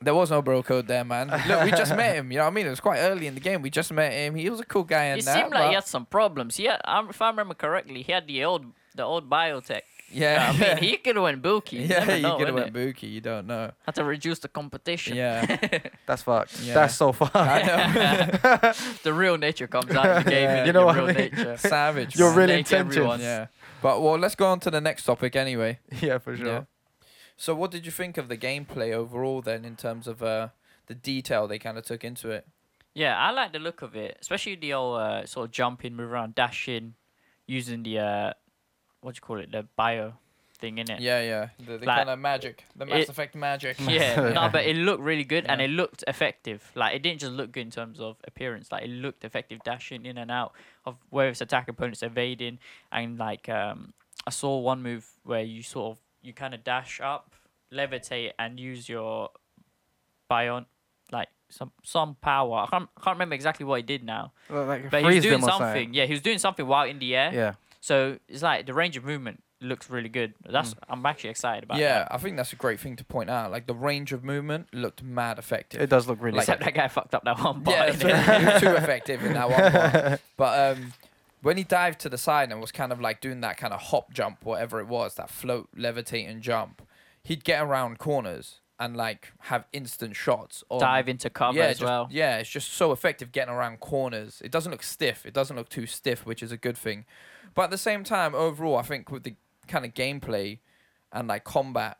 Speaker 2: There was no bro code there, man. Look, we just met him. You know what I mean? It was quite early in the game. We just met him. He was a cool guy. And
Speaker 3: It
Speaker 2: that,
Speaker 3: seemed like
Speaker 2: but-
Speaker 3: he had some problems. He had, um, if I remember correctly, he had the old, the old biotech.
Speaker 2: yeah,
Speaker 3: I mean, he could have went bookie. You
Speaker 2: yeah,
Speaker 3: never
Speaker 2: you
Speaker 3: know,
Speaker 2: could have went
Speaker 3: innit?
Speaker 2: Buki. You don't know.
Speaker 3: Had to reduce the competition.
Speaker 2: Yeah.
Speaker 1: That's fucked.
Speaker 2: Yeah.
Speaker 1: That's so fucked.
Speaker 2: I know.
Speaker 3: The real nature comes out of the game.
Speaker 2: Yeah.
Speaker 3: innit?
Speaker 1: You know
Speaker 3: Your
Speaker 1: what I
Speaker 3: real
Speaker 1: mean?
Speaker 3: nature.
Speaker 2: Savage.
Speaker 1: Your
Speaker 2: man.
Speaker 1: real
Speaker 3: Snake
Speaker 1: intentions.
Speaker 3: everyone.
Speaker 2: Yeah. But well, let's go on to the next topic anyway.
Speaker 1: yeah, for sure.
Speaker 2: Yeah. So, what did you think of the gameplay overall then, in terms of uh, the detail they kind of took into it?
Speaker 3: Yeah, I like the look of it, especially the old uh, sort of jumping, move around, dashing, using the uh, what do you call it, the bio thing in it.
Speaker 2: Yeah, yeah. The,
Speaker 3: Like-
Speaker 2: kind of magic, the Mass
Speaker 3: It-
Speaker 2: Effect magic.
Speaker 3: Yeah, no,
Speaker 1: Yeah.
Speaker 3: but it looked really good and it looked effective. Like it didn't just look good in terms of appearance. Like it looked effective, dashing in and out of whether it's attack opponents, evading, and like um, I saw one move where you sort of you kind of dash up, levitate, and use your bion, like some some power. I can't, can't remember exactly what he did now,
Speaker 1: Like, like
Speaker 3: but he was
Speaker 1: freeze
Speaker 3: doing
Speaker 1: them or
Speaker 3: something. Yeah, he was doing something while in the air.
Speaker 1: Yeah.
Speaker 3: So it's like the range of movement looks really good. That's I'm actually excited about.
Speaker 2: Mm. Yeah,
Speaker 3: that.
Speaker 2: I think that's a great thing to point out. Like the range of movement looked mad effective.
Speaker 1: It does look really
Speaker 2: Like-
Speaker 1: sick.
Speaker 3: Except that guy fucked up that one part.
Speaker 2: Yeah,
Speaker 3: innit?
Speaker 2: so he was too effective in that one. part. But um, when he dived to the side and was kind of like doing that kind of hop jump, whatever it was, that float, levitate, and jump, he'd get around corners and like have instant shots or
Speaker 3: Dive into cover
Speaker 2: yeah,
Speaker 3: as
Speaker 2: just-
Speaker 3: well.
Speaker 2: Yeah, it's just so effective getting around corners. It doesn't look stiff. It doesn't look too stiff, which is a good thing. But at the same time, overall, I think with the kind of gameplay and like combat,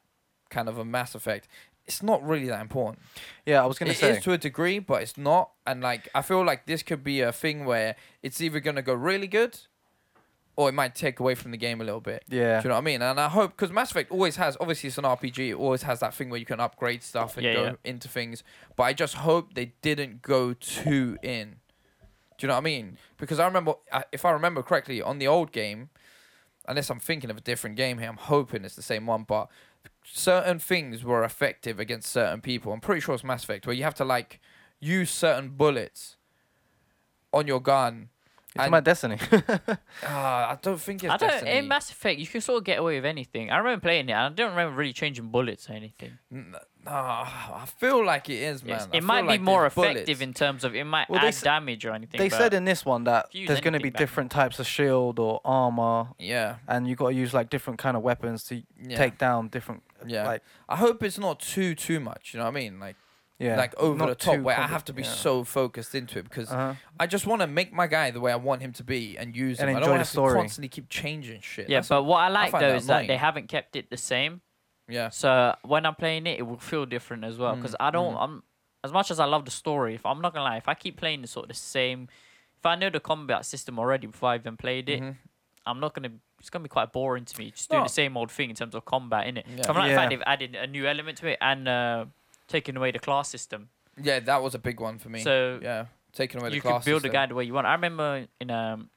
Speaker 2: kind of a Mass Effect, it's not really that important.
Speaker 1: Yeah, I was
Speaker 2: It
Speaker 1: gonna
Speaker 2: is
Speaker 1: say.
Speaker 2: to a degree, but it's not. And like, I feel like this could be a thing where it's either gonna go really good, or it might take away from the game a little bit.
Speaker 1: Yeah.
Speaker 2: Do you know what I mean? And I hope because Mass Effect always has, obviously it's an RPG, it always has that thing where you can upgrade stuff and
Speaker 3: Yeah,
Speaker 2: go
Speaker 3: yeah.
Speaker 2: into things. But I just hope they didn't go too in. Do you know what I mean? Because I remember, I- if I remember correctly, on the old game, unless I'm thinking of a different game here, I'm hoping it's the same one. But certain things were effective against certain people. I'm pretty sure it's Mass Effect where you have to like use certain bullets on your gun.
Speaker 1: it's
Speaker 2: and-
Speaker 1: my destiny.
Speaker 2: Ah, I don't think it's
Speaker 3: I don't.
Speaker 2: Destiny.
Speaker 3: In Mass Effect, you can sort of get away with anything. I remember playing it. and I don't remember really changing bullets or anything.
Speaker 2: Ah, I feel like it is, man.
Speaker 3: It's-
Speaker 2: I
Speaker 3: it might
Speaker 2: feel
Speaker 3: be
Speaker 2: like
Speaker 3: more
Speaker 2: there's bullets.
Speaker 3: effective in terms of it might
Speaker 1: Well,
Speaker 3: add
Speaker 1: they s-
Speaker 3: damage or anything.
Speaker 1: they
Speaker 3: but
Speaker 1: said in this one that
Speaker 3: Fuse
Speaker 1: there's gonna be
Speaker 3: anything back.
Speaker 1: different types of shield or armor,
Speaker 2: Yeah,
Speaker 1: and you gotta use like different kind of weapons to
Speaker 2: Yeah.
Speaker 1: take down different.
Speaker 2: yeah.
Speaker 1: Like
Speaker 2: I hope it's not too too much. You know what I mean? Like
Speaker 1: yeah.
Speaker 2: like over
Speaker 1: not
Speaker 2: the top
Speaker 1: too
Speaker 2: where I
Speaker 1: compli-
Speaker 2: have to be
Speaker 1: yeah.
Speaker 2: so focused into it because
Speaker 1: Uh-huh.
Speaker 2: I just want to make my guy the way I want him to be and use
Speaker 1: And
Speaker 2: him. I
Speaker 1: enjoy
Speaker 2: don't
Speaker 1: the
Speaker 2: want to have
Speaker 1: story.
Speaker 2: to constantly keep changing shit.
Speaker 3: Yeah,
Speaker 2: That's-
Speaker 3: but what I like
Speaker 2: find
Speaker 3: though
Speaker 2: that
Speaker 3: is that they
Speaker 2: annoying.
Speaker 3: haven't kept it the same.
Speaker 2: yeah,
Speaker 3: So when I'm playing it, it will feel different as
Speaker 2: Mm,
Speaker 3: well. Because I don't. I'm as much as I love the story. If I'm not gonna lie, if I keep playing the sort of the same, if I know the combat system already before I even played
Speaker 2: Mm-hmm.
Speaker 3: it, I'm not gonna. It's gonna be quite boring to me. Just doing
Speaker 2: No.
Speaker 3: the same old thing in terms of combat, innit?
Speaker 2: Yeah.
Speaker 3: So I'm like,
Speaker 1: Yeah.
Speaker 3: fact they've added a new element to it and uh, taken away the class system.
Speaker 2: yeah, that was a big one for me.
Speaker 3: So,
Speaker 2: yeah, taking away the
Speaker 3: you
Speaker 2: class.
Speaker 3: could build a
Speaker 2: system.
Speaker 3: guy the way you want. I remember in um,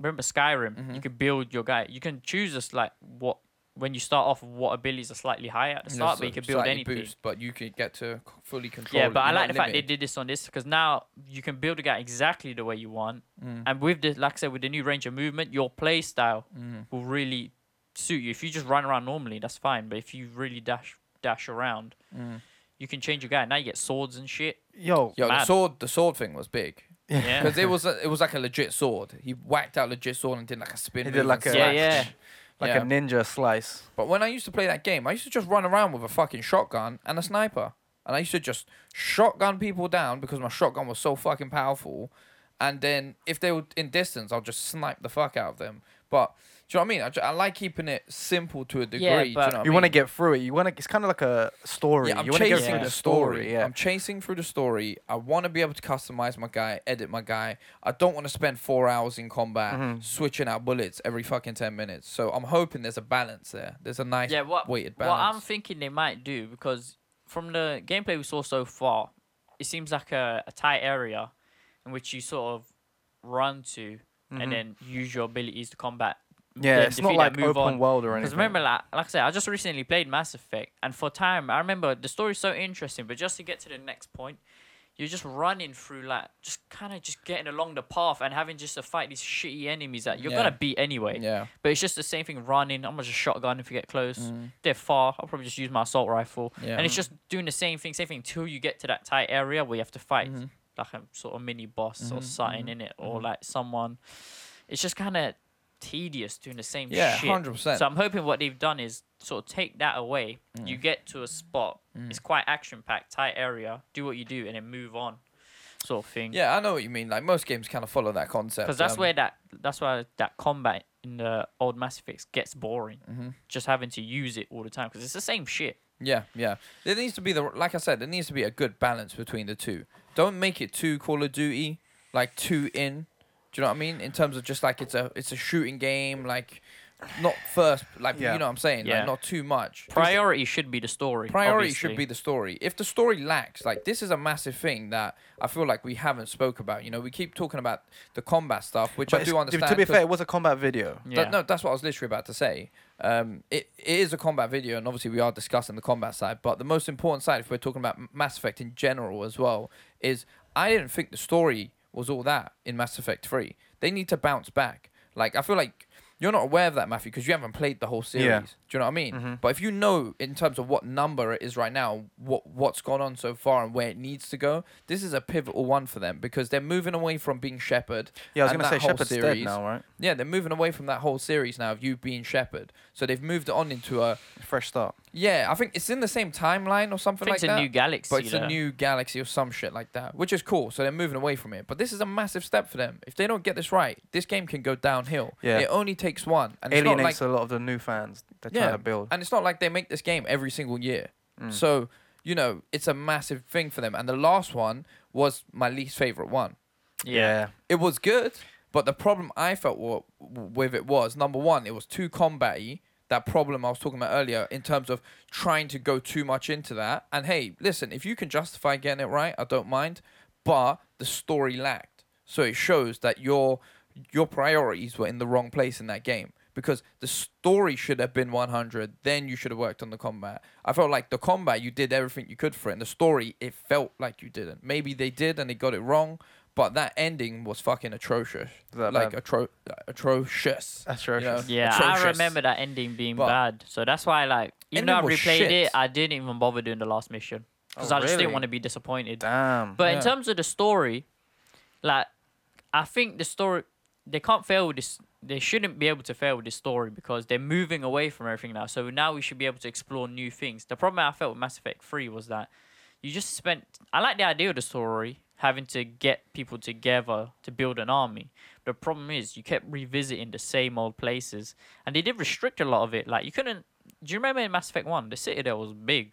Speaker 3: remember Skyrim,
Speaker 2: Mm-hmm.
Speaker 3: you could build your guy. You can choose us like what when you start off what abilities are slightly higher at the
Speaker 2: And there's
Speaker 3: start, but
Speaker 2: a
Speaker 3: you can build
Speaker 2: slightly
Speaker 3: anything.
Speaker 2: Boost, but you could get to c- fully control.
Speaker 3: Yeah,
Speaker 2: it.
Speaker 3: but I
Speaker 2: You're
Speaker 3: like
Speaker 2: not
Speaker 3: the fact they
Speaker 2: limited.
Speaker 3: did this on this because now you can build a guy exactly the way you want,
Speaker 2: Mm.
Speaker 3: and with the like I said, with the new range of movement, your play style
Speaker 2: Mm.
Speaker 3: will really suit you. If you just run around normally, that's fine. But if you really dash dash around,
Speaker 2: Mm.
Speaker 3: you can change your guy. Now you get swords and shit.
Speaker 1: Yo,
Speaker 2: Yo, the
Speaker 3: Mad.
Speaker 2: sword, the sword thing was big.
Speaker 3: Yeah.
Speaker 2: Because it was a, it was like a legit sword. He whacked out legit sword and did like a spin.
Speaker 1: He
Speaker 2: move
Speaker 1: did like
Speaker 2: and
Speaker 1: a-
Speaker 3: yeah,
Speaker 2: slash.
Speaker 3: yeah.
Speaker 1: like
Speaker 2: Yeah.
Speaker 1: a ninja slice.
Speaker 2: But when I used to play that game, I used to just run around with a fucking shotgun and a sniper, and I used to just shotgun people down because my shotgun was so fucking powerful. And then if they were in distance, I'll just snipe the fuck out of them. But do you know what I mean? I, ju- I like keeping it simple to a degree.
Speaker 3: Yeah,
Speaker 2: do you know
Speaker 3: but-
Speaker 2: what I
Speaker 1: You want to
Speaker 2: mean?
Speaker 1: get through it. You want to. It's kind of like a story.
Speaker 2: Yeah, I'm
Speaker 1: you want to go
Speaker 2: chasing
Speaker 1: through
Speaker 3: Yeah.
Speaker 1: the
Speaker 2: the
Speaker 1: story. Yeah.
Speaker 2: I'm chasing through the story. I want to be able to customize my guy, edit my guy. I don't want to spend four hours in combat
Speaker 1: Mm-hmm.
Speaker 2: switching out bullets every fucking ten minutes. So I'm hoping there's a balance there. There's a nice
Speaker 3: yeah, what,
Speaker 2: weighted
Speaker 3: what I'm
Speaker 2: balance.
Speaker 3: thinking they might do because from the gameplay we saw so far, it seems like a, a tight area in which you sort of run to and then use your abilities to combat.
Speaker 1: Mm-hmm. Yeah,
Speaker 3: the-
Speaker 1: it's
Speaker 3: defeat
Speaker 1: not
Speaker 3: and
Speaker 1: like
Speaker 3: move
Speaker 1: open
Speaker 3: on.
Speaker 1: world or
Speaker 3: Because
Speaker 1: anything.
Speaker 3: remember, like, like I said, I just recently played Mass Effect, and for time, I remember the story's so interesting, but just to get to the next point, you're just running through, like, just kind of just getting along the path and having just to fight these shitty enemies that you're
Speaker 2: Yeah.
Speaker 3: going to beat anyway.
Speaker 2: Yeah.
Speaker 3: But it's just the same thing running. I'm gonna just shotgun if you get close. They're far. I'll probably just use my assault rifle.
Speaker 2: Mm. Yeah.
Speaker 3: And it's just doing the same thing, same thing until you get to that tight area where you have to fight
Speaker 2: Mm-hmm.
Speaker 3: like a sort of mini boss or something in it or like someone. It's just kind of tedious doing the same
Speaker 2: Yeah,
Speaker 3: shit.
Speaker 2: 100%.
Speaker 3: So I'm hoping what they've done is sort of take that away. You
Speaker 2: Mm.
Speaker 3: get to a spot. It's quite action packed, tight area. Do what you do and then move on, sort of thing.
Speaker 2: Yeah, I know what you mean. Like most games kind of follow that concept.
Speaker 3: Because that's
Speaker 2: um,
Speaker 3: where that that's why that combat in the old Mass Effects gets boring.
Speaker 2: Mm-hmm.
Speaker 3: Just having to use it all the time because it's the same shit.
Speaker 2: Yeah, yeah. There needs to be the like I said, there needs to be a good balance between the two. Don't make it too Call of Duty, like too in. Do you know what I mean? In terms of just like it's a it's a shooting game, like not first, like
Speaker 1: Yeah.
Speaker 2: you know what I'm saying,
Speaker 3: Yeah.
Speaker 2: like not too much. 'Cause
Speaker 3: Priority should be the story.
Speaker 2: priority
Speaker 3: obviously.
Speaker 2: should be the story. If the story lacks, like this is a massive thing that I feel like we haven't spoke about. You know, we keep talking about the combat stuff, which I
Speaker 1: it's-
Speaker 2: do understand.
Speaker 1: To be
Speaker 2: 'cause-
Speaker 1: fair, it was a combat video.
Speaker 2: that-
Speaker 3: Yeah.
Speaker 2: no, that's what I was literally about to say. Um, it, it is a combat video, and obviously we are discussing the combat side. But the most important side, if we're talking about M- Mass Effect in general as well, is I didn't think the story was all that in Mass Effect Three. They need to bounce back. Like I feel like you're not aware of that, Matthew, because you haven't played the whole series.
Speaker 1: Yeah.
Speaker 2: Do you know what I mean? But if you know in terms of what number it is right now, what what's gone on so far, and where it needs to go, this is a pivotal one for them because they're moving away from being Shepard.
Speaker 1: Yeah, I was
Speaker 2: and
Speaker 1: gonna
Speaker 2: that
Speaker 1: say
Speaker 2: whole
Speaker 1: Shepard's dead
Speaker 2: series.
Speaker 1: now, right?
Speaker 2: Yeah, they're moving away from that whole series now of you being Shepard. So they've moved it on into a
Speaker 1: Fresh start.
Speaker 2: Yeah, I think it's in the same timeline or
Speaker 3: I
Speaker 2: something
Speaker 3: think
Speaker 2: like
Speaker 3: it's a
Speaker 2: that.
Speaker 3: new galaxy.
Speaker 2: but it's
Speaker 3: though.
Speaker 2: a new galaxy or some shit like that, which is cool. So they're moving away from it. But this is a massive step for them. If they don't get this right, this game can go downhill.
Speaker 1: Yeah.
Speaker 2: It only takes one. And it's not like,
Speaker 1: Alienates a lot of the new fans they're trying to build. Mm.
Speaker 2: And it's not like they make this game every single year. So, you know, it's a massive thing for them. And the last one was my least favorite one.
Speaker 3: Yeah.
Speaker 2: It was good, but the problem I felt wa- with it was number one, it was too combatty. That problem I was talking about earlier in terms of trying to go too much into that. And hey, listen, if you can justify getting it right, I don't mind. But the story lacked, so it shows that your your priorities were in the wrong place in that game because the story should have been 100. Then you should have worked on the combat. I felt like the combat you did everything you could for it, and the story it felt like you didn't. Maybe they did and they got it wrong, but that ending was fucking atrocious.
Speaker 1: Is that
Speaker 2: like
Speaker 1: bad?
Speaker 2: atro- atrocious. you know?
Speaker 1: Atrocious.
Speaker 3: Yeah,
Speaker 2: Atrocious.
Speaker 3: I remember that ending being
Speaker 2: But-
Speaker 3: bad. So that's why, like, even though I
Speaker 2: Ending was
Speaker 3: replayed
Speaker 2: shit.
Speaker 3: it, I didn't even bother doing the last mission because
Speaker 1: Oh,
Speaker 3: I just
Speaker 1: really?
Speaker 3: didn't want to be disappointed.
Speaker 1: Damn.
Speaker 3: But
Speaker 2: Yeah.
Speaker 3: in terms of the story, like, I think the story they can't fail with this. They shouldn't be able to fail with this story because they're moving away from everything now. So now we should be able to explore new things. The problem I felt with Mass Effect Three was that you just spent. I like the idea of the story, having to get people together to build an army. The problem is you kept revisiting the same old places, and they did restrict a lot of it. Like you couldn't. Do you remember in Mass Effect One, the Citadel was big.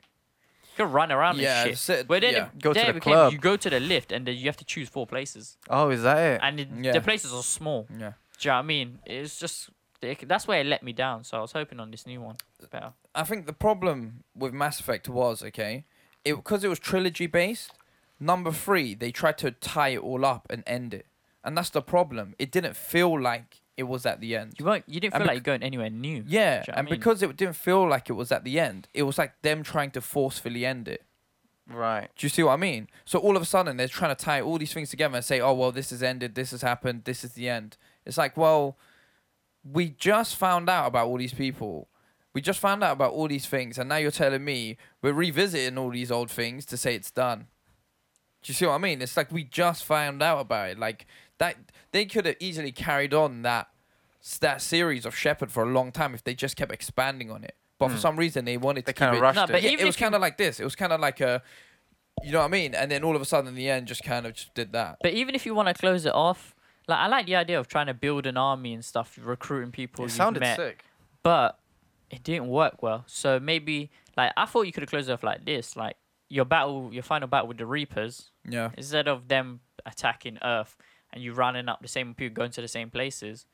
Speaker 3: You could run around
Speaker 2: Yeah,
Speaker 3: and
Speaker 2: the
Speaker 3: shit.
Speaker 2: Cit-
Speaker 3: but then
Speaker 2: yeah.
Speaker 3: it,
Speaker 1: Go to
Speaker 3: then
Speaker 1: the
Speaker 3: it became,
Speaker 1: club.
Speaker 3: You go to the lift, and then you have to choose four places,
Speaker 1: oh, is that it?
Speaker 3: and it,
Speaker 2: Yeah.
Speaker 3: the places are small.
Speaker 2: Yeah.
Speaker 3: Do you know what I mean? It's just it, that's where it let me down. So I was hoping on this new one it's better.
Speaker 2: I think the problem with Mass Effect was okay, it because it was trilogy based. Number three, they tried to tie it all up and end it, and that's the problem. It didn't feel like it was at the end.
Speaker 3: You weren't. You didn't feel
Speaker 2: And
Speaker 3: like you're going anywhere new. Do you know
Speaker 2: Yeah,
Speaker 3: what I
Speaker 2: and
Speaker 3: mean?
Speaker 2: because it didn't feel like it was at the end, it was like them trying to forcefully end it.
Speaker 1: Right.
Speaker 2: Do you see what I mean? So all of a sudden they're trying to tie all these things together and say, "Oh well, this has ended. This has happened. This is the end." It's like, well, we just found out about all these people. We just found out about all these things, and now you're telling me we're revisiting all these old things to say it's done. Do you see what I mean? It's like we just found out about it. Like that, they could have easily carried on that s- that series of Shepherd for a long time if they just kept expanding on it. But for some reason, they wanted
Speaker 1: Hmm. They
Speaker 2: to keep
Speaker 1: kinda
Speaker 2: it
Speaker 1: rushed
Speaker 3: No,
Speaker 1: it.
Speaker 3: but
Speaker 2: yeah,
Speaker 3: even
Speaker 2: it was
Speaker 3: if you-
Speaker 2: kind of like this. It was kind of like a, you know what I mean? And then all of a sudden, in the end, just kind of just did that.
Speaker 3: But even if you want to close it off, like I like the idea of trying to build an army and stuff, recruiting people.
Speaker 1: It
Speaker 3: you've
Speaker 1: sounded
Speaker 3: met,
Speaker 1: sick.
Speaker 3: But it didn't work well. So maybe like I thought you could have closed it off like this, like your battle, your final battle with the Reapers,
Speaker 2: Yeah.
Speaker 3: instead of them attacking Earth and you running up the same people going to the same places,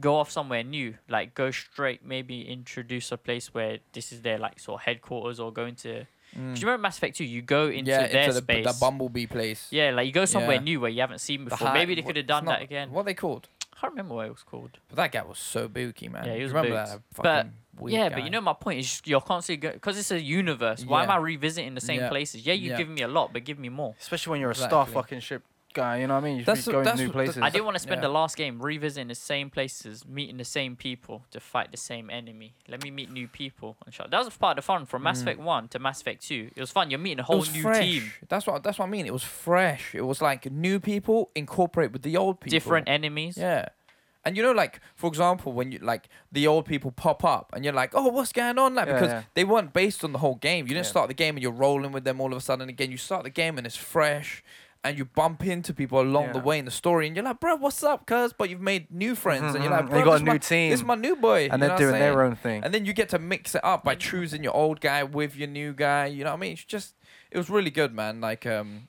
Speaker 3: go off somewhere new. Like go straight, maybe introduce a place where this is their like sort of headquarters or go into. 'cause you remember Mass Effect 2? You go into
Speaker 2: yeah,
Speaker 3: their
Speaker 2: into the,
Speaker 3: space.
Speaker 2: the bumblebee place.
Speaker 3: Yeah, like you go somewhere
Speaker 2: Yeah.
Speaker 3: new where you haven't seen
Speaker 2: The
Speaker 3: before.
Speaker 2: hi-
Speaker 3: Maybe they
Speaker 2: wha-
Speaker 3: could have
Speaker 2: it's
Speaker 3: done
Speaker 2: not-
Speaker 3: that again.
Speaker 2: What are they called?
Speaker 3: I can't remember what it was called.
Speaker 2: But that guy was so booky, man.
Speaker 3: Yeah, he
Speaker 2: You
Speaker 3: was
Speaker 2: remember
Speaker 3: booked.
Speaker 2: that
Speaker 3: But
Speaker 2: fucking weird
Speaker 3: yeah,
Speaker 2: guy?
Speaker 3: but you know my point is you're constantly because it's a universe. Why am
Speaker 2: Yeah.
Speaker 3: I revisiting the same
Speaker 2: Yeah.
Speaker 3: places? Yeah, you
Speaker 2: Yeah.
Speaker 3: have given me a lot, but give me more.
Speaker 1: Especially when you're a star
Speaker 2: Exactly.
Speaker 1: fucking ship guy, you know what I mean? You should
Speaker 2: That's
Speaker 1: be
Speaker 2: what-
Speaker 1: going
Speaker 2: that's
Speaker 1: new
Speaker 2: what- that-
Speaker 1: places.
Speaker 3: I didn't want to spend
Speaker 2: Yeah.
Speaker 3: the last game revisiting the same places, meeting the same people to fight the same enemy. Let me meet new people and shit. That was part of the fun from Mass Effect One to Mass Effect Two. It was fun. You're meeting a
Speaker 2: Mm. It
Speaker 3: whole
Speaker 2: was
Speaker 3: new
Speaker 2: fresh.
Speaker 3: team,
Speaker 2: That's what that's what I mean. It was fresh. It was like new people incorporate with the old people.
Speaker 3: different enemies.
Speaker 2: Yeah. And you know, like for example, when you like the old people pop up, and you're like, "Oh, what's going on?" Like
Speaker 1: Yeah,
Speaker 2: because
Speaker 1: yeah.
Speaker 2: they weren't based on the whole game. You didn't
Speaker 1: Yeah.
Speaker 2: start the game and you're rolling with them all of a sudden. Again, you start the game and it's fresh, and you bump into people along the
Speaker 1: Yeah.
Speaker 2: way in the story, and you're like, "Bro, what's up, cuz?" But you've made new friends, and you're like,
Speaker 1: Mhm, and
Speaker 2: "Bro,
Speaker 1: you got
Speaker 2: this
Speaker 1: a
Speaker 2: my,
Speaker 1: new team."
Speaker 2: This is my new boy."
Speaker 1: and
Speaker 2: you
Speaker 1: they're
Speaker 2: know what I'm
Speaker 1: doing their
Speaker 2: saying?
Speaker 1: own thing.
Speaker 2: And then you get to mix it up by choosing your old guy with your new guy. You know what I mean? It's just it was really good, man. Like um,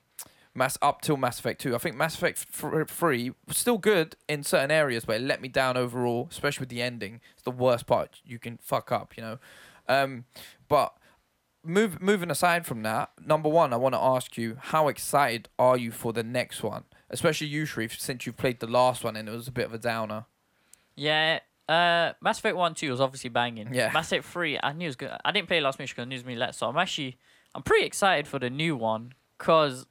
Speaker 2: Mass up till Mass Effect Two. I think Mass Effect fr- Three was still good in certain areas, but it let me down overall, especially with the ending. It's the worst part you can fuck up, you know. Um, but move, moving aside from that, number one, I want to ask you, how excited are you for the next one? Especially you, Sharif, since you've played the last one and it was a bit of a downer.
Speaker 3: Yeah. Uh, Mass Effect One, Two was obviously banging.
Speaker 2: Yeah.
Speaker 3: Mass Effect Three, I knew it was good. I didn't play last mission because I knew it was gonna be less. So I'm actually, I'm pretty excited for the new one because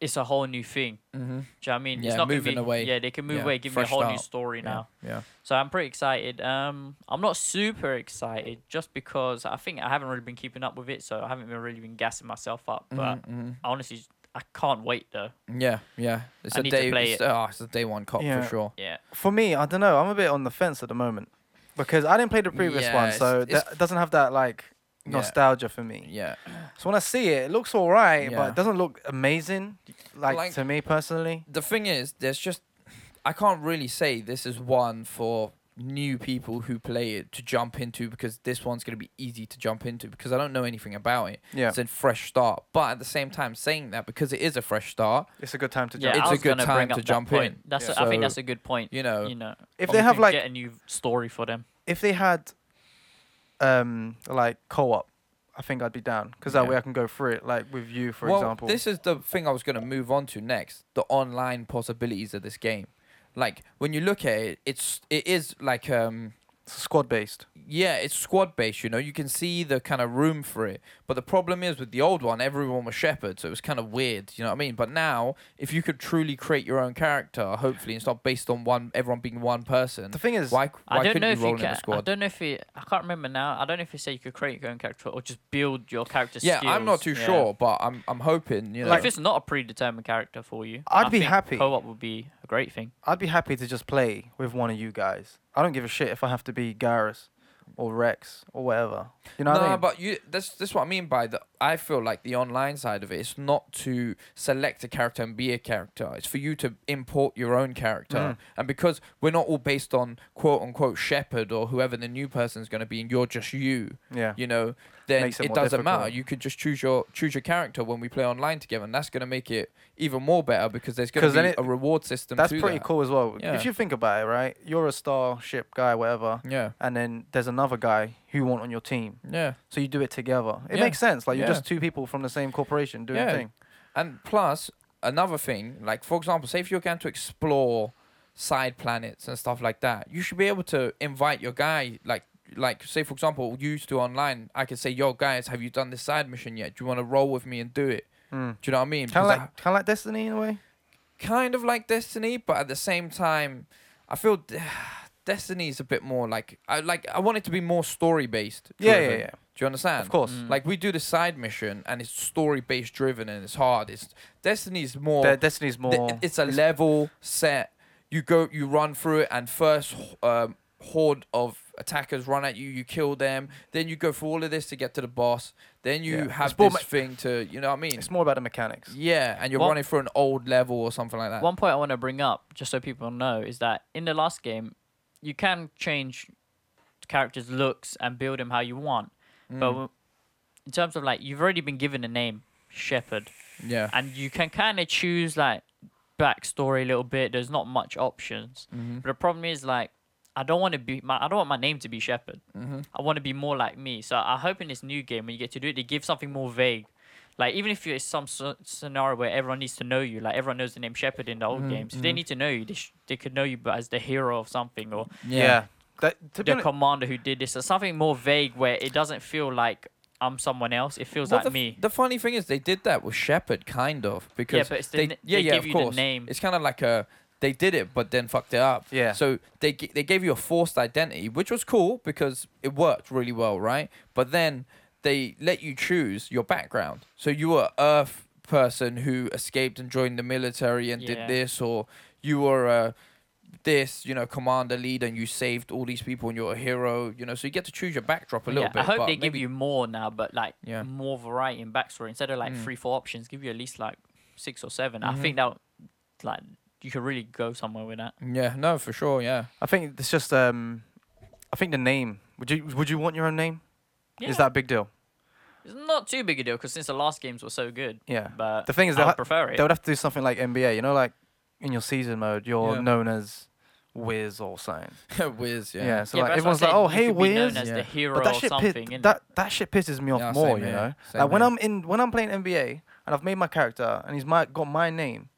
Speaker 3: it's a whole new thing. Mm-hmm. Do you know what I mean?
Speaker 2: Yeah,
Speaker 3: it's not gonna
Speaker 2: moving
Speaker 3: be-
Speaker 2: away.
Speaker 3: Yeah, they can move
Speaker 2: Yeah,
Speaker 3: away, give me a
Speaker 2: fresh
Speaker 3: whole new
Speaker 2: start.
Speaker 3: story now.
Speaker 2: Yeah.
Speaker 3: So I'm pretty excited. Um, I'm not super excited just because I think I haven't really been keeping up with it, so I haven't been really been gassing myself up. But
Speaker 2: Mm-hmm.
Speaker 3: I honestly, I can't wait though.
Speaker 2: Yeah, yeah. It's
Speaker 3: I
Speaker 2: a
Speaker 3: need to
Speaker 2: day.
Speaker 3: play
Speaker 2: it's,
Speaker 3: it.
Speaker 2: oh, it's a day one cop
Speaker 1: Yeah.
Speaker 2: for sure.
Speaker 3: Yeah,
Speaker 1: For me, I don't know. I'm a bit on the fence at the moment because I didn't play the previous
Speaker 2: Yeah,
Speaker 1: one,
Speaker 2: it's-
Speaker 1: so
Speaker 2: it's-
Speaker 1: that doesn't have that like
Speaker 2: Yeah.
Speaker 1: nostalgia for me.
Speaker 2: Yeah.
Speaker 1: So when I see it, it looks all right, but
Speaker 2: Yeah.
Speaker 1: it doesn't look amazing, like,
Speaker 2: Like-
Speaker 1: to me personally.
Speaker 2: The thing is, there's just I can't really say this is one for new people who play it to jump into because this one's going to be easy to jump into because I don't know anything about it.
Speaker 1: Yeah.
Speaker 2: It's a fresh start. But at the same time saying that because it is a fresh start,
Speaker 1: It's a good time to
Speaker 3: Yeah,
Speaker 1: jump.
Speaker 2: It's
Speaker 3: I
Speaker 2: a
Speaker 3: was
Speaker 2: good
Speaker 3: gonna
Speaker 2: time
Speaker 3: bring
Speaker 2: to
Speaker 3: up that
Speaker 2: jump
Speaker 3: point.
Speaker 2: in.
Speaker 3: That's
Speaker 2: Yeah.
Speaker 3: a, I think
Speaker 2: So,
Speaker 3: that's a good point.
Speaker 2: you know,
Speaker 3: you know,
Speaker 1: If
Speaker 3: or
Speaker 1: they
Speaker 3: we
Speaker 1: have,
Speaker 3: can
Speaker 1: like-
Speaker 3: get a new story for them.
Speaker 1: if they had um like co-op i think i'd be down because that
Speaker 2: Yeah.
Speaker 1: way i can go through it like with you for
Speaker 2: well,
Speaker 1: example
Speaker 2: this is the thing I was going to move on to next: the online possibilities of this game. Like when you look at it, it's it is like um
Speaker 1: it's squad based
Speaker 2: yeah, it's squad based. You know, you can see the kind of room for it. But the problem is with the old one, everyone was Shepard, so it was kind of weird. You know what I mean? But now, if you could truly create your own character, hopefully, it's not based on one everyone being one person.
Speaker 1: The thing is-
Speaker 2: why, c- why
Speaker 3: I don't
Speaker 2: couldn't
Speaker 3: know
Speaker 2: you
Speaker 3: if
Speaker 2: roll
Speaker 3: you
Speaker 2: in the
Speaker 3: can. I
Speaker 2: squad?
Speaker 3: don't know if you. I can't remember now. I don't know if you say you could create your own character or just build your character.
Speaker 2: yeah, I'm not too
Speaker 3: skills. Yeah.
Speaker 2: sure, but I'm I'm hoping you know.
Speaker 3: Like, if it's not a predetermined character for you,
Speaker 1: I'd
Speaker 3: I
Speaker 1: be
Speaker 3: think
Speaker 1: happy.
Speaker 3: Co-op would be a great thing.
Speaker 1: i'd be happy to just play with one of you guys i don't give a shit if i have to be garrus or rex or whatever you know
Speaker 2: No,
Speaker 1: what i mean
Speaker 2: but you that's that's what I mean by the I feel like the online side of it, it's not to select a character and be a character. It's for you to import your own character.
Speaker 1: Mm.
Speaker 2: And because we're not all based on quote unquote shepherd or whoever the new person's gonna be and you're just you.
Speaker 1: Yeah.
Speaker 2: You know, then
Speaker 1: Makes
Speaker 2: it,
Speaker 1: it more
Speaker 2: doesn't matter.
Speaker 1: difficult.
Speaker 2: You could just choose your choose your character when we play online together and that's gonna make it even more better because there's gonna
Speaker 1: 'Cause
Speaker 2: be
Speaker 1: then it-
Speaker 2: a reward system.
Speaker 1: that's
Speaker 2: to
Speaker 1: pretty
Speaker 2: that.
Speaker 1: cool as well
Speaker 2: Yeah.
Speaker 1: if you think about it right you're a starship guy whatever
Speaker 2: Yeah.
Speaker 1: and then there's another guy who you want on your team
Speaker 2: Yeah.
Speaker 1: so you do it together it
Speaker 2: Yeah.
Speaker 1: makes sense like you're
Speaker 2: Yeah.
Speaker 1: just two people from the same corporation doing a thing
Speaker 2: And plus, another thing, like for example, say if you're going to explore side planets and stuff like that, you should be able to invite your guy, like like say for example, you used to online, I could say, Yo guys, have you done this side mission yet? Do you want to roll with me and do it? Do you know what I
Speaker 1: kind
Speaker 2: mean?
Speaker 1: of
Speaker 2: Because I-
Speaker 1: like kind of like destiny in a way
Speaker 2: kind of like Destiny, but at the same time, I feel d- Destiny is a bit more like I like I want it to be more story based.
Speaker 1: Yeah, yeah, yeah.
Speaker 2: Do you understand?
Speaker 1: Of course. Mm.
Speaker 2: Like we do the side mission, and it's story based driven, and it's hard. It's Destiny is more.
Speaker 1: De- Destiny's
Speaker 2: th-
Speaker 1: more
Speaker 2: it's a level set. You go, you run through it, and first um, horde of attackers run at you. You kill them. Then you go through all of this to get to the boss. Then you
Speaker 1: Yeah.
Speaker 2: have
Speaker 1: It's more
Speaker 2: this
Speaker 1: ma-
Speaker 2: thing to, you know what I mean?
Speaker 1: it's more about the mechanics
Speaker 2: Yeah, and you're
Speaker 3: One-
Speaker 2: running through an old level or something like that.
Speaker 3: One point I want to bring up, just so people know, is that in the last game, you can change characters' looks and build them how you want.
Speaker 2: Mm.
Speaker 3: But w- in terms of like, you've already been given a name, Shepherd,
Speaker 2: yeah.
Speaker 3: and you can kind of choose like backstory a little bit. There's not much options. But the problem is like, I don't want to be my. I don't want my name to be Shepherd. I want to be more like me. So I hope in this new game when you get to do it, they give something more vague. Like even if it's some sce- scenario where everyone needs to know you, like everyone knows the name Shepherd in the old games, if they need to know you, they, sh- they could know you b- as the hero of something or
Speaker 1: Yeah. That, to be
Speaker 3: the
Speaker 1: honest,
Speaker 3: commander who did this or something more vague where it doesn't feel like I'm someone else. It feels
Speaker 2: Well,
Speaker 3: like
Speaker 2: the, f-
Speaker 3: me.
Speaker 2: the funny thing is, they did that with Shepard, kind of, because
Speaker 3: but it's the
Speaker 2: they,
Speaker 3: n-
Speaker 2: yeah,
Speaker 3: they
Speaker 2: yeah,
Speaker 3: give
Speaker 2: of
Speaker 3: you the
Speaker 2: course.
Speaker 3: name.
Speaker 2: It's kind of like a they did it, but then fucked it up.
Speaker 1: Yeah.
Speaker 2: So they g- they gave you a forced identity, which was cool because it worked really well, right? But then they let you choose your background. So you were Earth person who escaped and joined the military and
Speaker 3: Yeah.
Speaker 2: did this, or you were a this, you know, commander leader, and you saved all these people, and you're a hero, you know. So you get to choose your backdrop a little
Speaker 3: yeah,
Speaker 2: bit.
Speaker 3: I hope
Speaker 2: but
Speaker 3: they give
Speaker 2: maybe-
Speaker 3: you more now, but like
Speaker 2: Yeah.
Speaker 3: more variety and backstory instead of
Speaker 1: Mm.
Speaker 3: like three, four options. Give you at least like six or 7 I
Speaker 1: Mm-hmm.
Speaker 3: think that like you could really go somewhere with that.
Speaker 2: Yeah, no, for sure, yeah.
Speaker 1: I think it's just um, I think the name. Would you would you want your own name? Is that a big deal?
Speaker 3: It's not too big a deal because since the last games were so good.
Speaker 1: Yeah.
Speaker 3: But
Speaker 1: the thing is,
Speaker 3: I
Speaker 1: they'll
Speaker 3: would
Speaker 1: ha-
Speaker 3: prefer it.
Speaker 1: They would have to do something like NBA. You know, like in your season mode, you're
Speaker 2: Yeah.
Speaker 1: known as Wiz or something.
Speaker 2: Wiz, yeah.
Speaker 1: Yeah. so
Speaker 3: Yeah,
Speaker 1: like
Speaker 3: but that's
Speaker 1: everyone's
Speaker 3: what
Speaker 1: like,
Speaker 3: I'm
Speaker 1: oh
Speaker 3: saying,
Speaker 1: hey
Speaker 3: you could be known
Speaker 1: Wiz.
Speaker 3: as
Speaker 2: Yeah.
Speaker 3: the
Speaker 2: But
Speaker 3: hero
Speaker 1: But
Speaker 3: or
Speaker 1: that shit,
Speaker 3: something.
Speaker 1: pi-
Speaker 3: innit?
Speaker 1: that, that shit pisses me off
Speaker 2: Yeah,
Speaker 1: more,
Speaker 2: same
Speaker 1: you
Speaker 2: here,
Speaker 1: know.
Speaker 2: same
Speaker 1: Like when
Speaker 2: here.
Speaker 1: I'm in when I'm playing NBA and I've made my character and he's my got my name,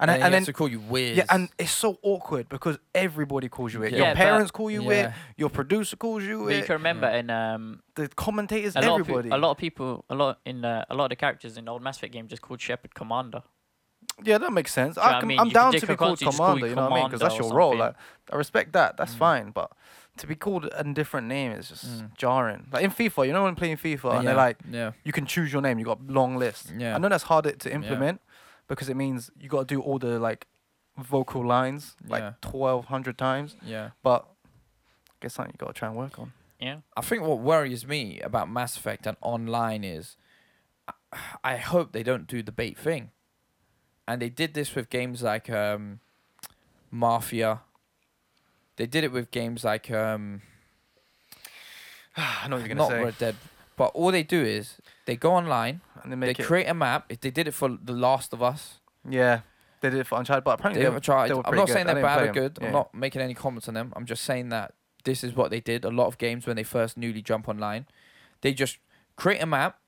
Speaker 1: and
Speaker 2: And,
Speaker 1: I- and
Speaker 2: he
Speaker 1: then
Speaker 2: has to call you Wiz.
Speaker 1: Yeah, and it's so awkward because everybody calls you it.
Speaker 3: Yeah,
Speaker 1: your
Speaker 3: but-
Speaker 1: parents call you it.
Speaker 2: Yeah.
Speaker 1: Your producer calls you
Speaker 3: But you
Speaker 1: it.
Speaker 3: can remember in um,
Speaker 1: the commentators,
Speaker 3: a lot, of
Speaker 1: Mm. everybody.
Speaker 3: pe- a lot of people, a lot in uh, a lot of the characters in the old Mass Effect game just called Shepard Commander.
Speaker 1: Yeah, that makes sense.
Speaker 3: you know
Speaker 1: I
Speaker 3: what I
Speaker 1: can,
Speaker 3: mean?
Speaker 1: I'm
Speaker 3: You could
Speaker 1: down
Speaker 3: take
Speaker 1: to be
Speaker 3: a
Speaker 1: called
Speaker 3: concept, just call
Speaker 1: commander.
Speaker 3: you
Speaker 1: You know what I mean? Because that's your
Speaker 3: Commander or
Speaker 1: role. Like,
Speaker 3: something. Mm.
Speaker 1: I respect that. That's fine. But to be called a different name is just jarring. Like in FIFA, you know when playing FIFA and they're
Speaker 2: Yeah,
Speaker 1: like,
Speaker 2: yeah.
Speaker 1: you can choose your name. You got a long list.
Speaker 2: Yeah.
Speaker 1: I know that's harder to implement because it means you got to do all the like vocal lines like
Speaker 2: Yeah.
Speaker 1: twelve hundred times.
Speaker 2: yeah.
Speaker 1: But I guess something you got to try and work on.
Speaker 3: Yeah.
Speaker 2: I think what worries me about Mass Effect and online is I- I hope they don't do the bait thing. And they did this with games like um, Mafia. They did it with games like um,
Speaker 1: I know what you're gonna
Speaker 2: not
Speaker 1: say.
Speaker 2: Red Dead, but all they do is they go online,
Speaker 1: and they make
Speaker 2: they
Speaker 1: it.
Speaker 2: create a map. If They did it for The Last of Us.
Speaker 1: yeah, they did it for Uncharted, but
Speaker 2: They
Speaker 1: apparently
Speaker 2: haven't tried.
Speaker 1: they were
Speaker 2: I'm
Speaker 1: pretty
Speaker 2: not
Speaker 1: good.
Speaker 2: saying
Speaker 1: I
Speaker 2: they're
Speaker 1: didn't play
Speaker 2: bad or
Speaker 1: 'em.
Speaker 2: good.
Speaker 1: Yeah.
Speaker 2: I'm not making any comments on them. I'm just saying that this is what they did. A lot of games when they first newly jump online, they just create a map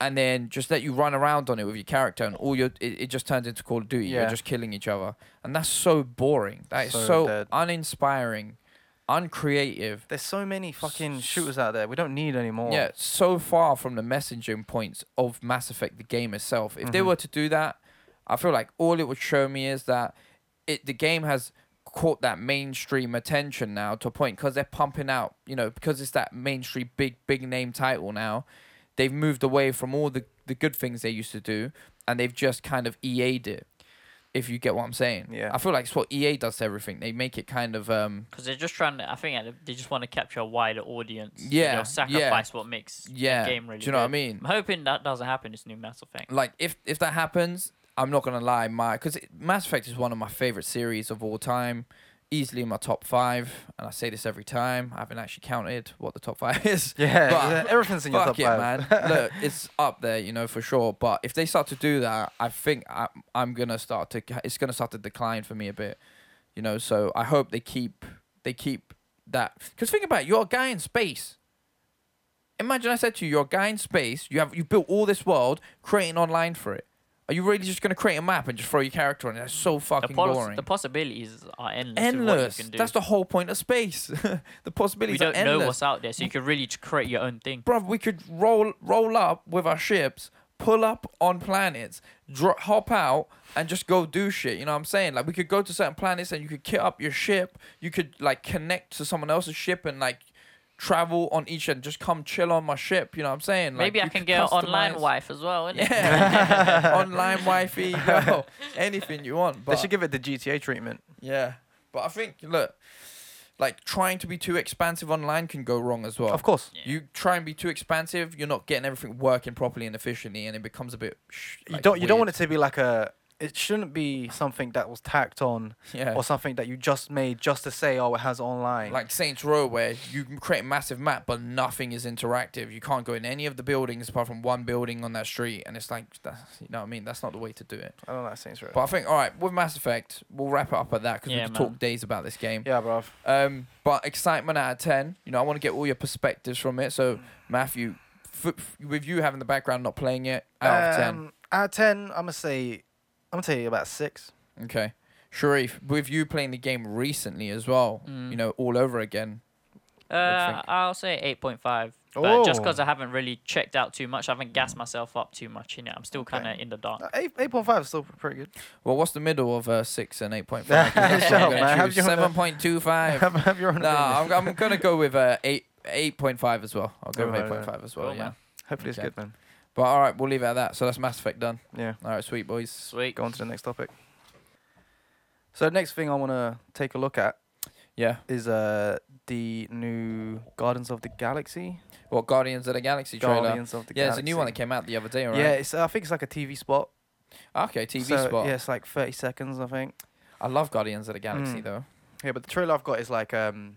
Speaker 2: and then just let you run around on it with your character, and all your it, it just turns into Call of Duty. You're
Speaker 1: Yeah.
Speaker 2: just killing each other, and that's so boring. That is so,
Speaker 1: So dead.
Speaker 2: uninspiring, uncreative.
Speaker 1: There's so many fucking shooters out there. We don't need any more.
Speaker 2: Yeah, so far from the messaging points of Mass Effect, the game itself. If they
Speaker 1: Mhm.
Speaker 2: were to do that, I feel like all it would show me is that it the game has caught that mainstream attention now to a point because they're pumping out, you know, because it's that mainstream big big name title now. They've moved away from all the the good things they used to do, and they've just kind of EA'd it. If you get what I'm saying,
Speaker 1: Yeah.
Speaker 2: I feel like it's what EA does to everything. They make it kind of um,
Speaker 3: Because they're just trying to, I think uh, they just want to capture a wider audience. so
Speaker 2: Yeah, yeah.
Speaker 3: They'll sacrifice what makes
Speaker 2: Yeah,
Speaker 3: the game really
Speaker 2: do you know what I
Speaker 3: good.
Speaker 2: mean?
Speaker 3: I'm hoping that doesn't happen, this new Mass Effect.
Speaker 2: like if if that happens, I'm not gonna lie, my because Mass Effect is one of my favorite series of all time, easily in my top five, and I say this every time. I haven't actually counted what the top five is.
Speaker 1: Yeah,
Speaker 2: but
Speaker 1: everything's in your
Speaker 2: fuck
Speaker 1: top
Speaker 2: it,
Speaker 1: five.
Speaker 2: man. Look, it's up there, you know for sure. But if they start to do that, I think I, I'm gonna start to. It's gonna start to decline for me a bit, you know. So I hope they keep they keep that. Because think about it, you're a guy in space. Imagine I said to you, you're a guy in space. You have you built all this world, creating online for it. Are you really just gonna create a map and just throw your character on it? That's so
Speaker 3: The,
Speaker 2: fucking
Speaker 3: pos-
Speaker 2: boring.
Speaker 3: the possibilities are endless. of what you
Speaker 2: endless.
Speaker 3: can do.
Speaker 2: That's the whole point of space. the
Speaker 3: we
Speaker 2: possibilities
Speaker 3: don't
Speaker 2: are endless
Speaker 3: know what's out there, so you could really just create your own thing.
Speaker 2: bruv, we could roll roll up with our ships, pull up on planets, dro- hop out, and just go do shit. You know what I'm saying? Like we could go to certain planets and you could kit up your ship. You could like connect to someone else's ship and like travel on each and just come chill on my ship. You know what I'm saying? Like,
Speaker 3: Maybe I
Speaker 2: you
Speaker 3: can
Speaker 2: could
Speaker 3: get an online
Speaker 2: customize-
Speaker 3: wife as well, innit?
Speaker 2: Yeah, online wifey, yo, anything you want. But
Speaker 1: They should give it the GTA treatment.
Speaker 2: yeah, but I think look, like trying to be too expansive online can go wrong as well.
Speaker 1: Of course.
Speaker 3: Yeah.
Speaker 2: You try and be too expansive, you're not getting everything working properly and efficiently, and it becomes a bit. Sh-
Speaker 1: you don't. You don't want it to be like a. It shouldn't be something that was tacked on
Speaker 2: Yeah.
Speaker 1: or something that you just made just to say, oh, it has online.
Speaker 2: Like Saints Row, where you can create a massive map, but nothing is interactive. You can't go in any of the buildings apart from one building on that street, and it's like, that's, you know what I mean? That's not the way to do it.
Speaker 1: I don't know. That seems right.
Speaker 2: But I think, all right, with Mass Effect, we'll wrap it up at that because we
Speaker 3: Yeah,
Speaker 2: could
Speaker 3: man.
Speaker 2: talk days about this game.
Speaker 1: yeah, bro.
Speaker 2: Um, but excitement out of ten. You know, I want to get all your perspectives from it.
Speaker 1: Mm.
Speaker 2: So, Matthew, f- f- with you having the background, not playing it, out of
Speaker 1: Um,
Speaker 2: ten.
Speaker 1: Out of ten, I'm gonna say, I'm gonna say about six.
Speaker 2: Okay, Sharif, with you playing the game recently as well.
Speaker 1: Mm.
Speaker 2: You know, all over again. you
Speaker 3: Uh,
Speaker 2: think?
Speaker 3: I'll say 8.5. But just because
Speaker 1: Oh.
Speaker 3: I haven't really checked out too much, I haven't gassed myself up too much in it. I'm still kind of in the dark.
Speaker 1: Uh, Eight eight point five is still pretty good.
Speaker 2: Well, what's the middle of uh, six and eight point five?
Speaker 1: Shut up, man. Have your own-
Speaker 2: Seven point two five.
Speaker 1: have, have your own.
Speaker 2: No,
Speaker 1: opinion.
Speaker 2: I'm, I'm gonna go with uh, eight eight point five as well. I'll go with eight
Speaker 1: Alright,
Speaker 2: point five as well.
Speaker 3: Cool,
Speaker 2: Yeah.
Speaker 3: man.
Speaker 1: Hopefully it's
Speaker 2: okay.
Speaker 1: good, man.
Speaker 2: But all right, we'll leave it at that. So that's Mass Effect done.
Speaker 1: Yeah.
Speaker 2: All right, sweet boys.
Speaker 3: Sweet.
Speaker 1: Go on to the next topic. So the next thing I want to take a look at
Speaker 2: Yeah.
Speaker 1: is uh the new Gardens of the Galaxy.
Speaker 2: Well, Guardians of the Galaxy trailer.
Speaker 1: Guardians of the
Speaker 2: yeah,
Speaker 1: Galaxy.
Speaker 2: it's a new one that came out the other day, right?
Speaker 1: Yeah, it's, I think it's like a TV spot.
Speaker 2: Okay, TV
Speaker 1: So,
Speaker 2: spot.
Speaker 1: Yeah, it's like 30 seconds, I think.
Speaker 2: I love Guardians of the Galaxy
Speaker 1: Mm.
Speaker 2: though.
Speaker 1: Yeah, but the trailer I've got is like um,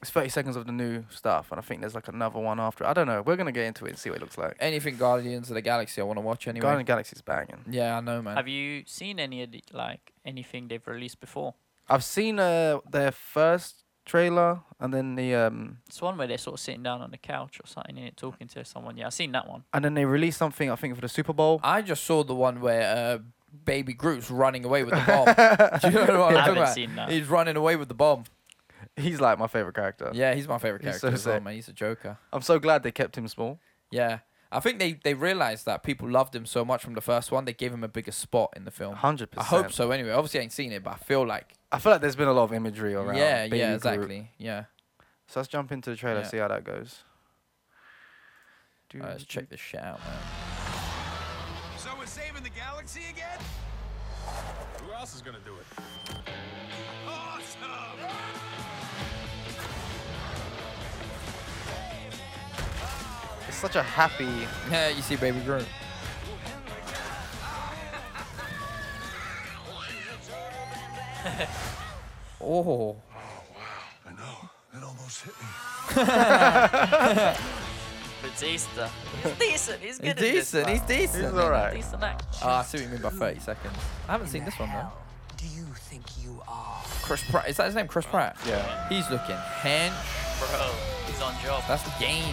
Speaker 1: it's 30 seconds of the new stuff, and I think there's like another one after. I don't know. We're gonna get into it and see what it looks like.
Speaker 2: Anything Guardians of the Galaxy, I want to watch anyway.
Speaker 1: Guardians of the Galaxy's banging.
Speaker 2: yeah, I know, man.
Speaker 3: Have you seen any of the, like anything they've released before?
Speaker 1: I've seen uh their first trailer and then the um
Speaker 3: It's one where they're sort of sitting down on the couch or something and talking to someone. Yeah, I've seen that one.
Speaker 1: and then they released something I think for the Super Bowl.
Speaker 2: I just saw the one where uh, Baby Groot's running away with the bomb. Do you know what I'm
Speaker 3: I
Speaker 2: talking
Speaker 3: haven't
Speaker 2: about?
Speaker 3: seen that.
Speaker 2: He's running away with the bomb.
Speaker 1: He's like my favorite character.
Speaker 2: Yeah, he's my favorite
Speaker 1: He's
Speaker 2: character
Speaker 1: so
Speaker 2: as well,
Speaker 1: sick.
Speaker 2: man. He's a joker.
Speaker 1: I'm so glad they kept him small.
Speaker 2: Yeah. I think they, they realized that people loved him so much from the first one, they gave him a bigger spot in the film.
Speaker 1: 100%.
Speaker 2: I hope so anyway. Obviously, I ain't seen it, but I feel like.
Speaker 1: I feel like there's been a lot of imagery around.
Speaker 2: yeah,
Speaker 1: Baby
Speaker 2: yeah,
Speaker 1: Groot.
Speaker 2: exactly. Yeah.
Speaker 1: So let's jump into the trailer,
Speaker 2: Yeah.
Speaker 1: see how that goes.
Speaker 2: All right, let's check this shit out, man.
Speaker 6: So we're saving the galaxy again? Who else is gonna do it? Awesome!
Speaker 1: such a happy.
Speaker 2: Yeah, you see Baby Groot. oh.
Speaker 6: I know. It almost hit me.
Speaker 3: Batista. He's decent.
Speaker 2: He's
Speaker 3: He's good. in this
Speaker 2: decent. He's
Speaker 3: now.
Speaker 2: decent.
Speaker 1: He's alright.
Speaker 3: Decent action.
Speaker 2: Ah, I see what you mean by 30 seconds. I haven't seen this one though.
Speaker 7: Do you think you are?
Speaker 2: Chris Pratt. Is that his name? Chris Pratt.
Speaker 1: Yeah.
Speaker 2: He's looking hench.
Speaker 3: Bro, he's on job.
Speaker 2: That's games.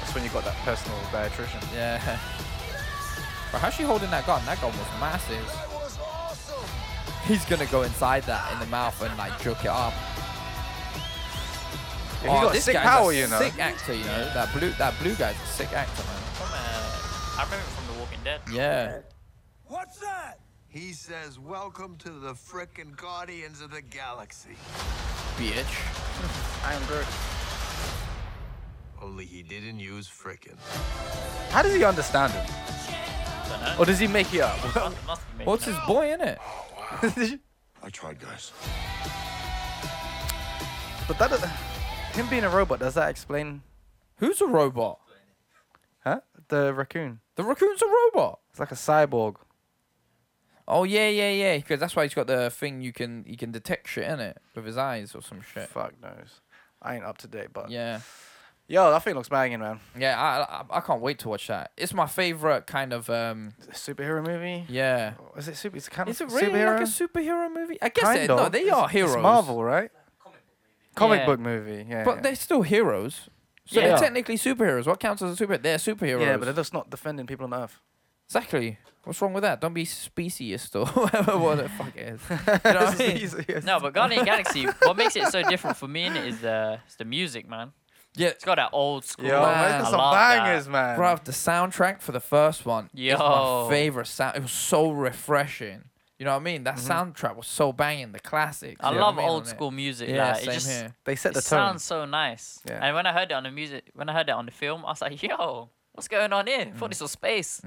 Speaker 1: That's when you got that personal dietitian.
Speaker 2: Yeah. But how's she holding that gun? That gun was massive. He's gonna go inside that in the mouth and like jerk it up.
Speaker 1: Yeah, he
Speaker 2: Oh,
Speaker 1: got
Speaker 2: this
Speaker 1: sick
Speaker 2: guy's
Speaker 1: power,
Speaker 2: a
Speaker 1: you know.
Speaker 2: Sick actor, you know. That blue, that blue guy's a sick actor, man.
Speaker 3: From, uh, I remember him from The Walking Dead.
Speaker 2: Yeah.
Speaker 6: What's that?
Speaker 8: He says, Welcome to the frickin' Guardians of the Galaxy.
Speaker 2: Bitch.
Speaker 1: I am Groot.
Speaker 8: Only he didn't use frickin'.
Speaker 1: How does he understand him? Or does he make it up?
Speaker 3: Must, must be me.
Speaker 2: What's his boy in it?
Speaker 6: I tried, guys.
Speaker 1: but that does, him being a robot does that explain?
Speaker 2: Who's a robot?
Speaker 1: Huh? The raccoon.
Speaker 2: The raccoon's a robot.
Speaker 1: It's like a cyborg.
Speaker 2: Oh yeah, yeah, yeah. Because that's why he's got the thing you can you can detect shit in it with his eyes or some shit.
Speaker 1: Fuck knows. I ain't up to date, but
Speaker 2: Yeah.
Speaker 1: yo, that thing looks banging, man.
Speaker 2: Yeah, I, I I can't wait to watch that. It's my favorite kind of um
Speaker 1: Superhero movie.
Speaker 2: yeah.
Speaker 1: Is it super? It's kind
Speaker 2: Is it
Speaker 1: of
Speaker 2: really
Speaker 1: superhero.
Speaker 2: like a superhero movie? I guess
Speaker 1: Kind
Speaker 2: it, no,
Speaker 1: of.
Speaker 2: they
Speaker 1: It's-
Speaker 2: are
Speaker 1: it's
Speaker 2: heroes.
Speaker 1: Marvel, right? Comic
Speaker 3: Yeah.
Speaker 1: book movie. Yeah.
Speaker 2: but
Speaker 1: yeah.
Speaker 2: they're still heroes. So
Speaker 1: Yeah.
Speaker 2: they're technically superheroes. What counts as a superhero? They're superheroes.
Speaker 1: Yeah, but they're just not defending people on Earth.
Speaker 2: exactly. What's wrong with that? Don't be speciesist or whatever what the fuck it is. You know what I mean?
Speaker 3: No, but Guardian Galaxy, what makes it so different for me in it is the, it's the music, man.
Speaker 2: Yeah,
Speaker 3: It's got that old school.
Speaker 1: Yo,
Speaker 2: Wow.
Speaker 1: man,
Speaker 3: I
Speaker 1: there's some
Speaker 3: love that.
Speaker 1: bangers, man.
Speaker 2: Bruv, the soundtrack for the first one is my
Speaker 3: Yo.
Speaker 2: favorite sound. It was so refreshing. You know what I mean? That soundtrack was so banging, the classics.
Speaker 3: Mm-hmm. I
Speaker 2: you know what
Speaker 3: love
Speaker 2: mean,
Speaker 3: old
Speaker 2: on it.
Speaker 3: school music.
Speaker 2: Yeah,
Speaker 3: like,
Speaker 2: same
Speaker 3: it just,
Speaker 2: here.
Speaker 1: They set
Speaker 3: It
Speaker 1: the tone.
Speaker 3: sounds so nice.
Speaker 1: Yeah.
Speaker 3: And when I heard it on the music, when I heard it on the film, I was like, yo, what's going on here? I
Speaker 2: Mm.
Speaker 3: thought this was space.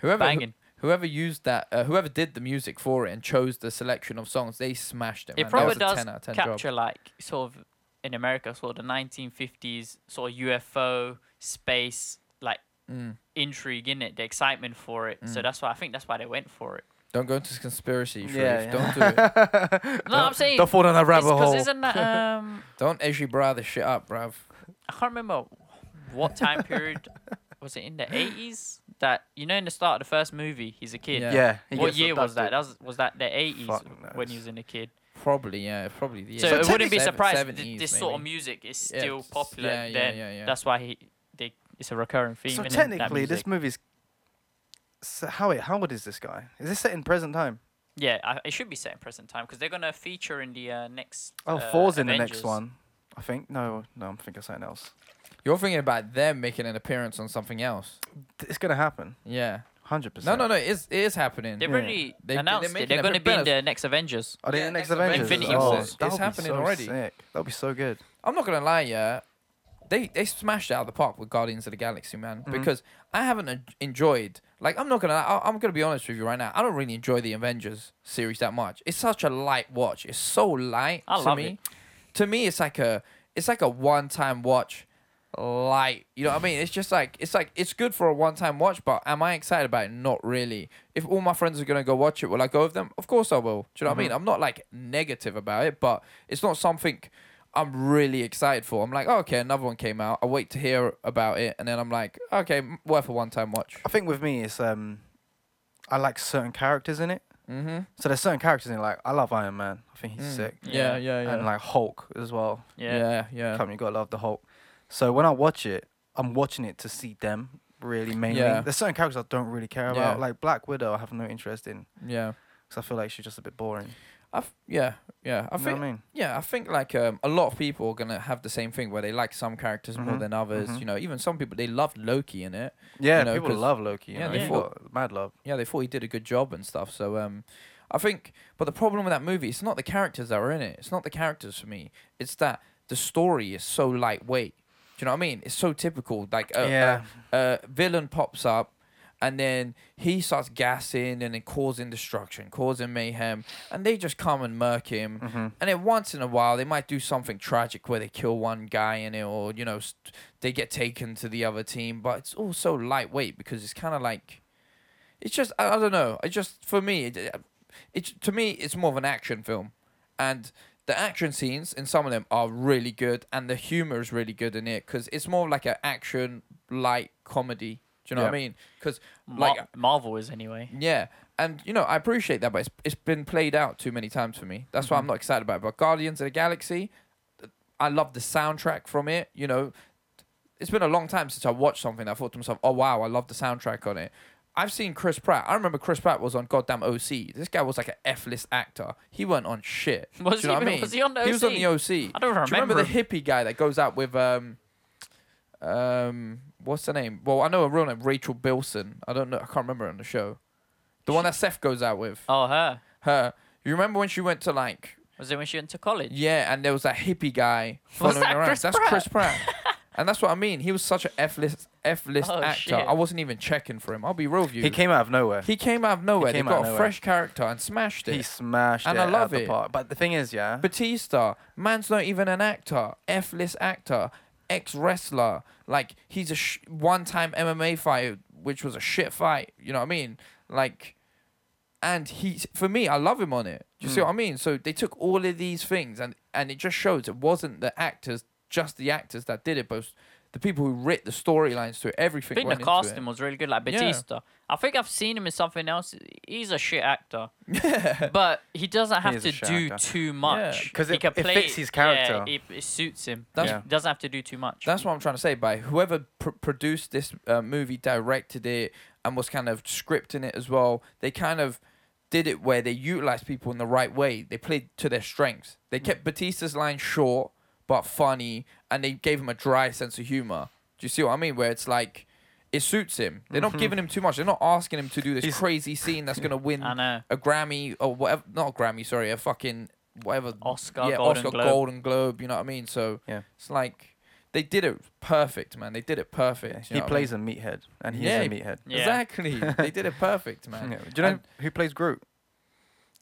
Speaker 2: Whoever who-
Speaker 3: banging.
Speaker 2: whoever used that, uh, whoever did the music for it and chose the selection of songs, they smashed it.
Speaker 3: It
Speaker 2: man.
Speaker 3: probably
Speaker 2: that was a
Speaker 3: does
Speaker 2: 10 out of 10 job.
Speaker 3: capture like sort of in America, sort of the 1950s sort of UFO space like
Speaker 2: Mm.
Speaker 3: intrigue in it, the excitement for it. So that's why I think that's why they went for it.
Speaker 2: Don't go into conspiracy, Sharif.
Speaker 1: Yeah,
Speaker 2: Don't do it.
Speaker 3: No, I'm saying
Speaker 1: Don't fall down that rabbit hole.
Speaker 3: because isn't that um
Speaker 2: Don't edgy bra this shit up, bruv.
Speaker 3: I can't remember what time period was it in the 80s that you know in the start of the first movie he's a kid.
Speaker 2: Yeah.
Speaker 1: yeah. he
Speaker 3: What
Speaker 1: gets
Speaker 3: year was
Speaker 1: abducted.
Speaker 3: that? that was, was that the 80s
Speaker 1: Fuck
Speaker 3: when
Speaker 1: knows.
Speaker 3: he was in a kid?
Speaker 2: Probably, yeah, probably. The
Speaker 3: So,
Speaker 2: yeah.
Speaker 3: it wouldn't be surprised that
Speaker 2: Seventies,
Speaker 3: this sort of
Speaker 2: maybe.
Speaker 3: music is
Speaker 2: Yeah,
Speaker 3: still
Speaker 2: it's-
Speaker 3: popular
Speaker 2: yeah, yeah,
Speaker 3: then.
Speaker 2: yeah, yeah.
Speaker 3: That's why he they it's a recurring theme.
Speaker 1: So
Speaker 3: innit, that
Speaker 1: technically, this
Speaker 3: music?
Speaker 1: movie's. So how wait, how old is this guy? Is this set in present time?
Speaker 3: yeah, I, it should be set in present time because they're gonna feature in the uh, next.
Speaker 1: Oh,
Speaker 3: uh,
Speaker 1: four's in the next
Speaker 3: Avengers.
Speaker 1: one. I think no, no, I'm thinking of something else.
Speaker 2: You're thinking about them making an appearance on something else.
Speaker 1: Th- It's gonna happen,
Speaker 2: Yeah.
Speaker 1: hundred
Speaker 2: No,
Speaker 1: percent.
Speaker 2: no, no. It is, it is happening.
Speaker 3: They've already
Speaker 2: They- they're
Speaker 3: announced
Speaker 2: making
Speaker 3: it. They're
Speaker 2: a
Speaker 3: gonna
Speaker 2: bit
Speaker 3: be in
Speaker 2: better- Uh,
Speaker 3: the next Avengers.
Speaker 1: Are they
Speaker 2: Yeah,
Speaker 1: in the next
Speaker 2: next Avengers.
Speaker 1: Avengers?
Speaker 3: Infinity
Speaker 1: oh,
Speaker 3: War.
Speaker 1: that
Speaker 2: It's
Speaker 1: would be
Speaker 2: happening
Speaker 1: so
Speaker 2: already.
Speaker 1: Sick. That would be so good.
Speaker 2: I'm not gonna lie, yeah. They they smashed it out of the park with Guardians of the Galaxy, man.
Speaker 3: Mm-hmm.
Speaker 2: Because I haven't en- enjoyed. Like I'm not gonna. I, I'm gonna be honest with you right now. I don't really enjoy the Avengers series that much. It's such a light watch. It's so light
Speaker 3: I
Speaker 2: to
Speaker 3: love
Speaker 2: me.
Speaker 3: it.
Speaker 2: To me, it's like a it's like a one time watch. Light, you know what I mean? It's just like it's like it's good for a one time watch, but am I excited about it? Not really. If all my friends are gonna go watch it, will I go with them? Of course I will. Do you know what I mean?
Speaker 1: Mm-hmm.
Speaker 2: I'm not like negative about it, but it's not something I'm really excited for. I'm like, oh, okay, another one came out. I wait to hear about it, and then I'm like, okay, m- worth a one-time watch.
Speaker 1: I think with me, it's um, I like certain characters in it. Mm-hmm. So there's certain characters in it. Like I love Iron Man. I think he's sick.
Speaker 2: Yeah, Mm. yeah, yeah.
Speaker 1: And like Hulk as well.
Speaker 3: Yeah.
Speaker 2: yeah, yeah.
Speaker 1: Come, you gotta love the Hulk. So when I watch it, I'm watching it to see them really mainly.
Speaker 2: Yeah.
Speaker 1: There's certain characters I don't really care
Speaker 2: Yeah.
Speaker 1: about. Like Black Widow, I have no interest in
Speaker 2: yeah.
Speaker 1: because I feel like she's just a bit boring.
Speaker 2: I f- yeah, yeah. I
Speaker 1: know what I
Speaker 2: think
Speaker 1: mean?
Speaker 2: yeah, I think like um, a lot of people are gonna have the same thing where they like some characters more than others. You know, even some people they loved Loki in it.
Speaker 1: Yeah,
Speaker 2: you know,
Speaker 1: people
Speaker 2: 'cause-
Speaker 1: love Loki. You
Speaker 2: yeah,
Speaker 1: know,
Speaker 2: they
Speaker 1: they
Speaker 2: thought-
Speaker 1: got mad love.
Speaker 2: Yeah, they thought he did a good job and stuff. So um, I think, but the problem with that movie, it's not the characters that are in it. It's not the characters for me. It's that the story is so lightweight. Do you know what I mean? It's so typical. Like a,
Speaker 1: Yeah.
Speaker 2: a, a villain pops up, and then he starts gassing and then causing destruction, causing mayhem, and they just come and murk him. And then once in a while, they might do something tragic where they kill one guy in it, or you know, st- they get taken to the other team. But it's also lightweight because it's kind of like, it's just I, I don't know. It just for me, it, it to me, it's more of an action film, and the action scenes in some of them are really good, and the humor is really good in it because it's more like an action light comedy. Do you know what I
Speaker 1: Yeah.
Speaker 2: mean? Because
Speaker 3: Mar-
Speaker 2: like
Speaker 3: Marvel is anyway.
Speaker 2: yeah, and you know I appreciate that, but it's, it's been played out too many times for me. That's
Speaker 3: Mm-hmm.
Speaker 2: why I'm not excited about it. But Guardians of the Galaxy, I love the soundtrack from it. You know, it's been a long time since I watched something. I thought to myself, oh wow, I love the soundtrack on it. I've seen Chris Pratt. I remember Chris Pratt was on goddamn OC. This guy was like an F-list actor. He went on shit. Do
Speaker 3: Was
Speaker 2: you know what I
Speaker 3: he even-
Speaker 2: mean?
Speaker 3: was he on the
Speaker 2: He was on
Speaker 3: OC?
Speaker 2: the OC.
Speaker 3: I don't
Speaker 2: Do you
Speaker 3: remember
Speaker 2: remember
Speaker 3: him.
Speaker 2: the hippie guy that goes out with um, um, what's the name? Well, I know a real name, Rachel Bilson. I don't know. I can't remember her on the show. The one that Seth goes out with.
Speaker 3: Oh, her.
Speaker 2: Her. You remember when she went to like
Speaker 3: Was it when she went to college?
Speaker 2: yeah, and there was that hippie guy
Speaker 3: Was
Speaker 2: following
Speaker 3: that
Speaker 2: around.
Speaker 3: Chris
Speaker 2: That's
Speaker 3: Pratt?
Speaker 2: Chris Pratt. and that's what I mean. He was such an F list F list
Speaker 3: Oh,
Speaker 2: actor.
Speaker 3: shit.
Speaker 2: I wasn't even checking for him. I'll be real with you.
Speaker 1: He came out of nowhere.
Speaker 2: He came out of nowhere.
Speaker 1: came
Speaker 2: they
Speaker 1: out
Speaker 2: got
Speaker 1: of
Speaker 2: a
Speaker 1: nowhere.
Speaker 2: fresh character and smashed it.
Speaker 1: He smashed
Speaker 2: And
Speaker 1: it
Speaker 2: I love
Speaker 1: out the
Speaker 2: it.
Speaker 1: park. But the thing is, yeah,
Speaker 2: Batista, man's not even an actor, F list actor, ex wrestler. Like, he's a sh- one time MMA fight, which was a shit fight. You know what I mean? Like, and he, for me, I love him on it. Do you see what I mean? So they took all of these things, and, and it just shows it wasn't the actors, just the actors that did it, but the people who writ the storylines to it,
Speaker 3: I
Speaker 2: everything.
Speaker 3: think
Speaker 2: went
Speaker 3: the
Speaker 2: into it.
Speaker 3: casting was really good, like
Speaker 2: Yeah.
Speaker 3: Batista. I think I've seen him in something else. He's a shit actor, but he doesn't have
Speaker 1: is
Speaker 3: to
Speaker 1: a shit
Speaker 3: do
Speaker 1: actor.
Speaker 3: too much.
Speaker 1: 'Cause
Speaker 3: He
Speaker 1: it-
Speaker 3: can
Speaker 1: it
Speaker 3: play-
Speaker 1: fits his character.
Speaker 3: Yeah, it, it suits him.
Speaker 2: That's-
Speaker 3: He doesn't have to do too much.
Speaker 2: That's what I'm trying to say. By whoever pr- produced this uh, movie, directed it, and was kind of scripting it as well, they kind of did it where they utilized people in the right way. They played to their strengths. They
Speaker 3: Mm.
Speaker 2: kept Batista's line short but funny, and they gave him a dry sense of humor. Do you see what I mean? Where it's like. It suits him. They're
Speaker 3: Mm-hmm.
Speaker 2: not giving him too much. They're not asking him to do this
Speaker 1: He's-
Speaker 2: crazy scene that's gonna win
Speaker 3: I know.
Speaker 2: a Grammy or whatever. Not a Grammy, sorry, a fucking whatever.
Speaker 3: Oscar,
Speaker 2: yeah,
Speaker 3: Golden
Speaker 2: Oscar,
Speaker 3: Globe.
Speaker 2: Golden Globe. You know what I mean? So
Speaker 1: Yeah.
Speaker 2: it's like they did it perfect, man. They did it perfect.
Speaker 1: he plays a meathead, and he
Speaker 2: Yeah,
Speaker 1: is a
Speaker 2: he-
Speaker 1: meathead.
Speaker 3: Yeah.
Speaker 2: Exactly. they did it perfect, man.
Speaker 1: Yeah. Do you know
Speaker 2: And
Speaker 1: who plays Groot?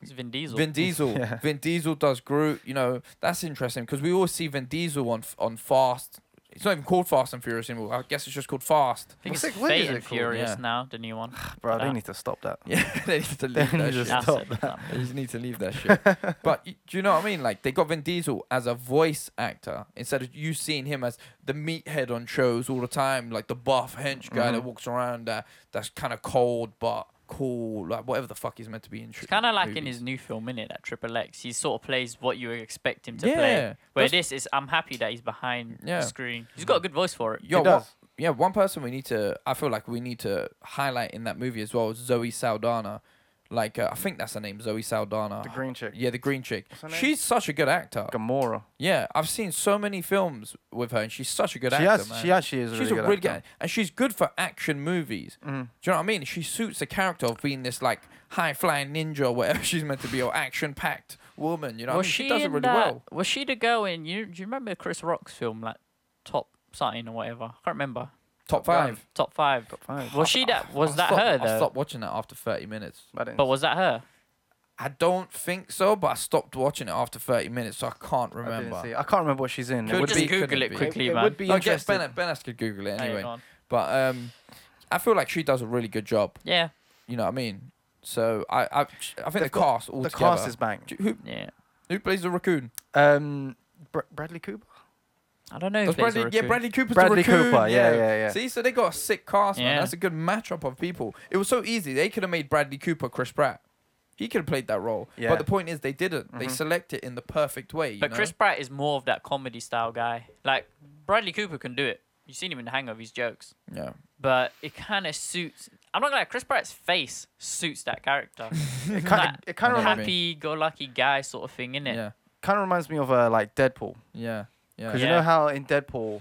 Speaker 3: It's Vin Diesel.
Speaker 2: Vin Diesel. Vin Diesel does Groot. You know that's interesting because we always see Vin Diesel on on Fast. It's not even called Fast and Furious anymore. I guess it's just called Fast.
Speaker 3: I think
Speaker 1: What's
Speaker 3: it's
Speaker 1: it- what is
Speaker 3: Fate
Speaker 1: it
Speaker 3: and
Speaker 1: called?
Speaker 3: Furious
Speaker 2: Yeah.
Speaker 3: now, the new one.
Speaker 1: Bro,
Speaker 3: Nah.
Speaker 1: they need to stop that.
Speaker 2: Yeah, they need to leave
Speaker 1: They
Speaker 2: that
Speaker 1: need to
Speaker 2: shit.
Speaker 3: That's
Speaker 1: Stop
Speaker 3: it, that
Speaker 2: They just need to leave that shit. but y- do you know what I mean? Like they got Vin Diesel as a voice actor instead of you seeing him as the meathead on shows all the time, like the buff hench guy
Speaker 1: Mm-hmm.
Speaker 2: that walks around that that's kind of cold but cool, like whatever the fuck he's meant to be in.
Speaker 3: It's kind of like in his new film, innit? That Triple X, he sort of plays what you expect him to
Speaker 2: Yeah,
Speaker 3: play. Where
Speaker 2: that's-
Speaker 3: this is, I'm happy that he's behind
Speaker 2: Yeah.
Speaker 3: the screen. He's got a good voice for it.
Speaker 2: Yo,
Speaker 1: He
Speaker 2: one-
Speaker 1: does.
Speaker 2: yeah, one person we need to, I feel like we need to highlight in that movie as well is Zoe Saldana. Like, uh, I think that's her name, Zoe Saldana.
Speaker 1: The green chick.
Speaker 2: Yeah, the green chick.
Speaker 1: her name?
Speaker 2: She's such a good actor.
Speaker 1: Gamora.
Speaker 2: Yeah, I've seen so many films with her, and she's such a good
Speaker 1: She
Speaker 2: actor.
Speaker 1: has-
Speaker 2: man.
Speaker 1: she actually is a
Speaker 2: She's
Speaker 1: really
Speaker 2: a
Speaker 1: good
Speaker 2: really good,
Speaker 1: actor. Mm-hmm.
Speaker 2: and she's good for action movies. Do you know what I mean? She suits the character of being this like high flying ninja, or whatever she's meant to be, or action packed woman. You know, what I
Speaker 3: was
Speaker 2: mean?
Speaker 3: she,
Speaker 2: she does it
Speaker 3: in
Speaker 2: really
Speaker 3: that,
Speaker 2: well.
Speaker 3: Was she the girl in? You do you remember Chris Rock's film, like Top something or whatever? I can't remember.
Speaker 2: Top five.
Speaker 3: Top five. Top
Speaker 1: five.
Speaker 3: Was she that?
Speaker 2: I
Speaker 3: Was that
Speaker 2: stopped,
Speaker 3: her
Speaker 2: I
Speaker 3: though?
Speaker 2: stopped watching that after thirty minutes.
Speaker 1: I didn't-
Speaker 3: But was that her?
Speaker 2: I don't think so, but I stopped watching it after thirty minutes, so I can't
Speaker 1: I
Speaker 2: remember.
Speaker 1: didn't see. I can't remember what she's in.
Speaker 2: Could
Speaker 1: It would
Speaker 3: Just
Speaker 1: be,
Speaker 2: could
Speaker 3: Google
Speaker 2: it
Speaker 3: it
Speaker 2: be?
Speaker 3: quickly,
Speaker 1: it
Speaker 3: man.
Speaker 1: would be
Speaker 2: no, I guess
Speaker 1: interesting.
Speaker 2: Bennett, Bennett could Google it
Speaker 3: Hang
Speaker 2: anyway.
Speaker 3: on.
Speaker 2: but um, I feel like she does a really good job.
Speaker 3: Yeah,
Speaker 2: You know what I mean? So I I, I think the,
Speaker 1: They've got-
Speaker 2: cast all
Speaker 1: The cast is bang.
Speaker 2: who
Speaker 3: yeah.
Speaker 2: who plays the raccoon?
Speaker 1: Um, Br- Bradley Cooper.
Speaker 3: I don't know. Who
Speaker 2: Does
Speaker 3: plays the
Speaker 2: Bradley, yeah,
Speaker 3: raccoon.
Speaker 2: Bradley Cooper's
Speaker 1: Bradley
Speaker 2: the raccoon.
Speaker 1: Cooper, yeah, yeah, yeah.
Speaker 2: See, so they got a sick cast, man.
Speaker 3: Yeah.
Speaker 2: That's a good matchup of people. It was so easy. They could have made Bradley Cooper Chris Pratt. He could have played that role.
Speaker 1: Yeah. Mm-hmm.
Speaker 2: But the point is, they didn't. They select it in the perfect way. You
Speaker 3: But
Speaker 2: know?
Speaker 3: Chris Pratt is more of that comedy style guy. Like Bradley Cooper can do it. You've seen him in The Hangover. His jokes.
Speaker 2: yeah.
Speaker 3: but it kind of suits. I'm not gonna lie, Chris Pratt's face suits that character.
Speaker 1: It kind it kind
Speaker 2: I
Speaker 1: of
Speaker 2: know what you
Speaker 1: reminds,
Speaker 2: mean.
Speaker 3: happy go lucky guy sort of thing, innit?
Speaker 2: Yeah.
Speaker 1: kind of reminds me of uh, like Deadpool.
Speaker 2: Yeah. Yeah.
Speaker 1: Because
Speaker 3: Yeah.
Speaker 1: you know how in Deadpool,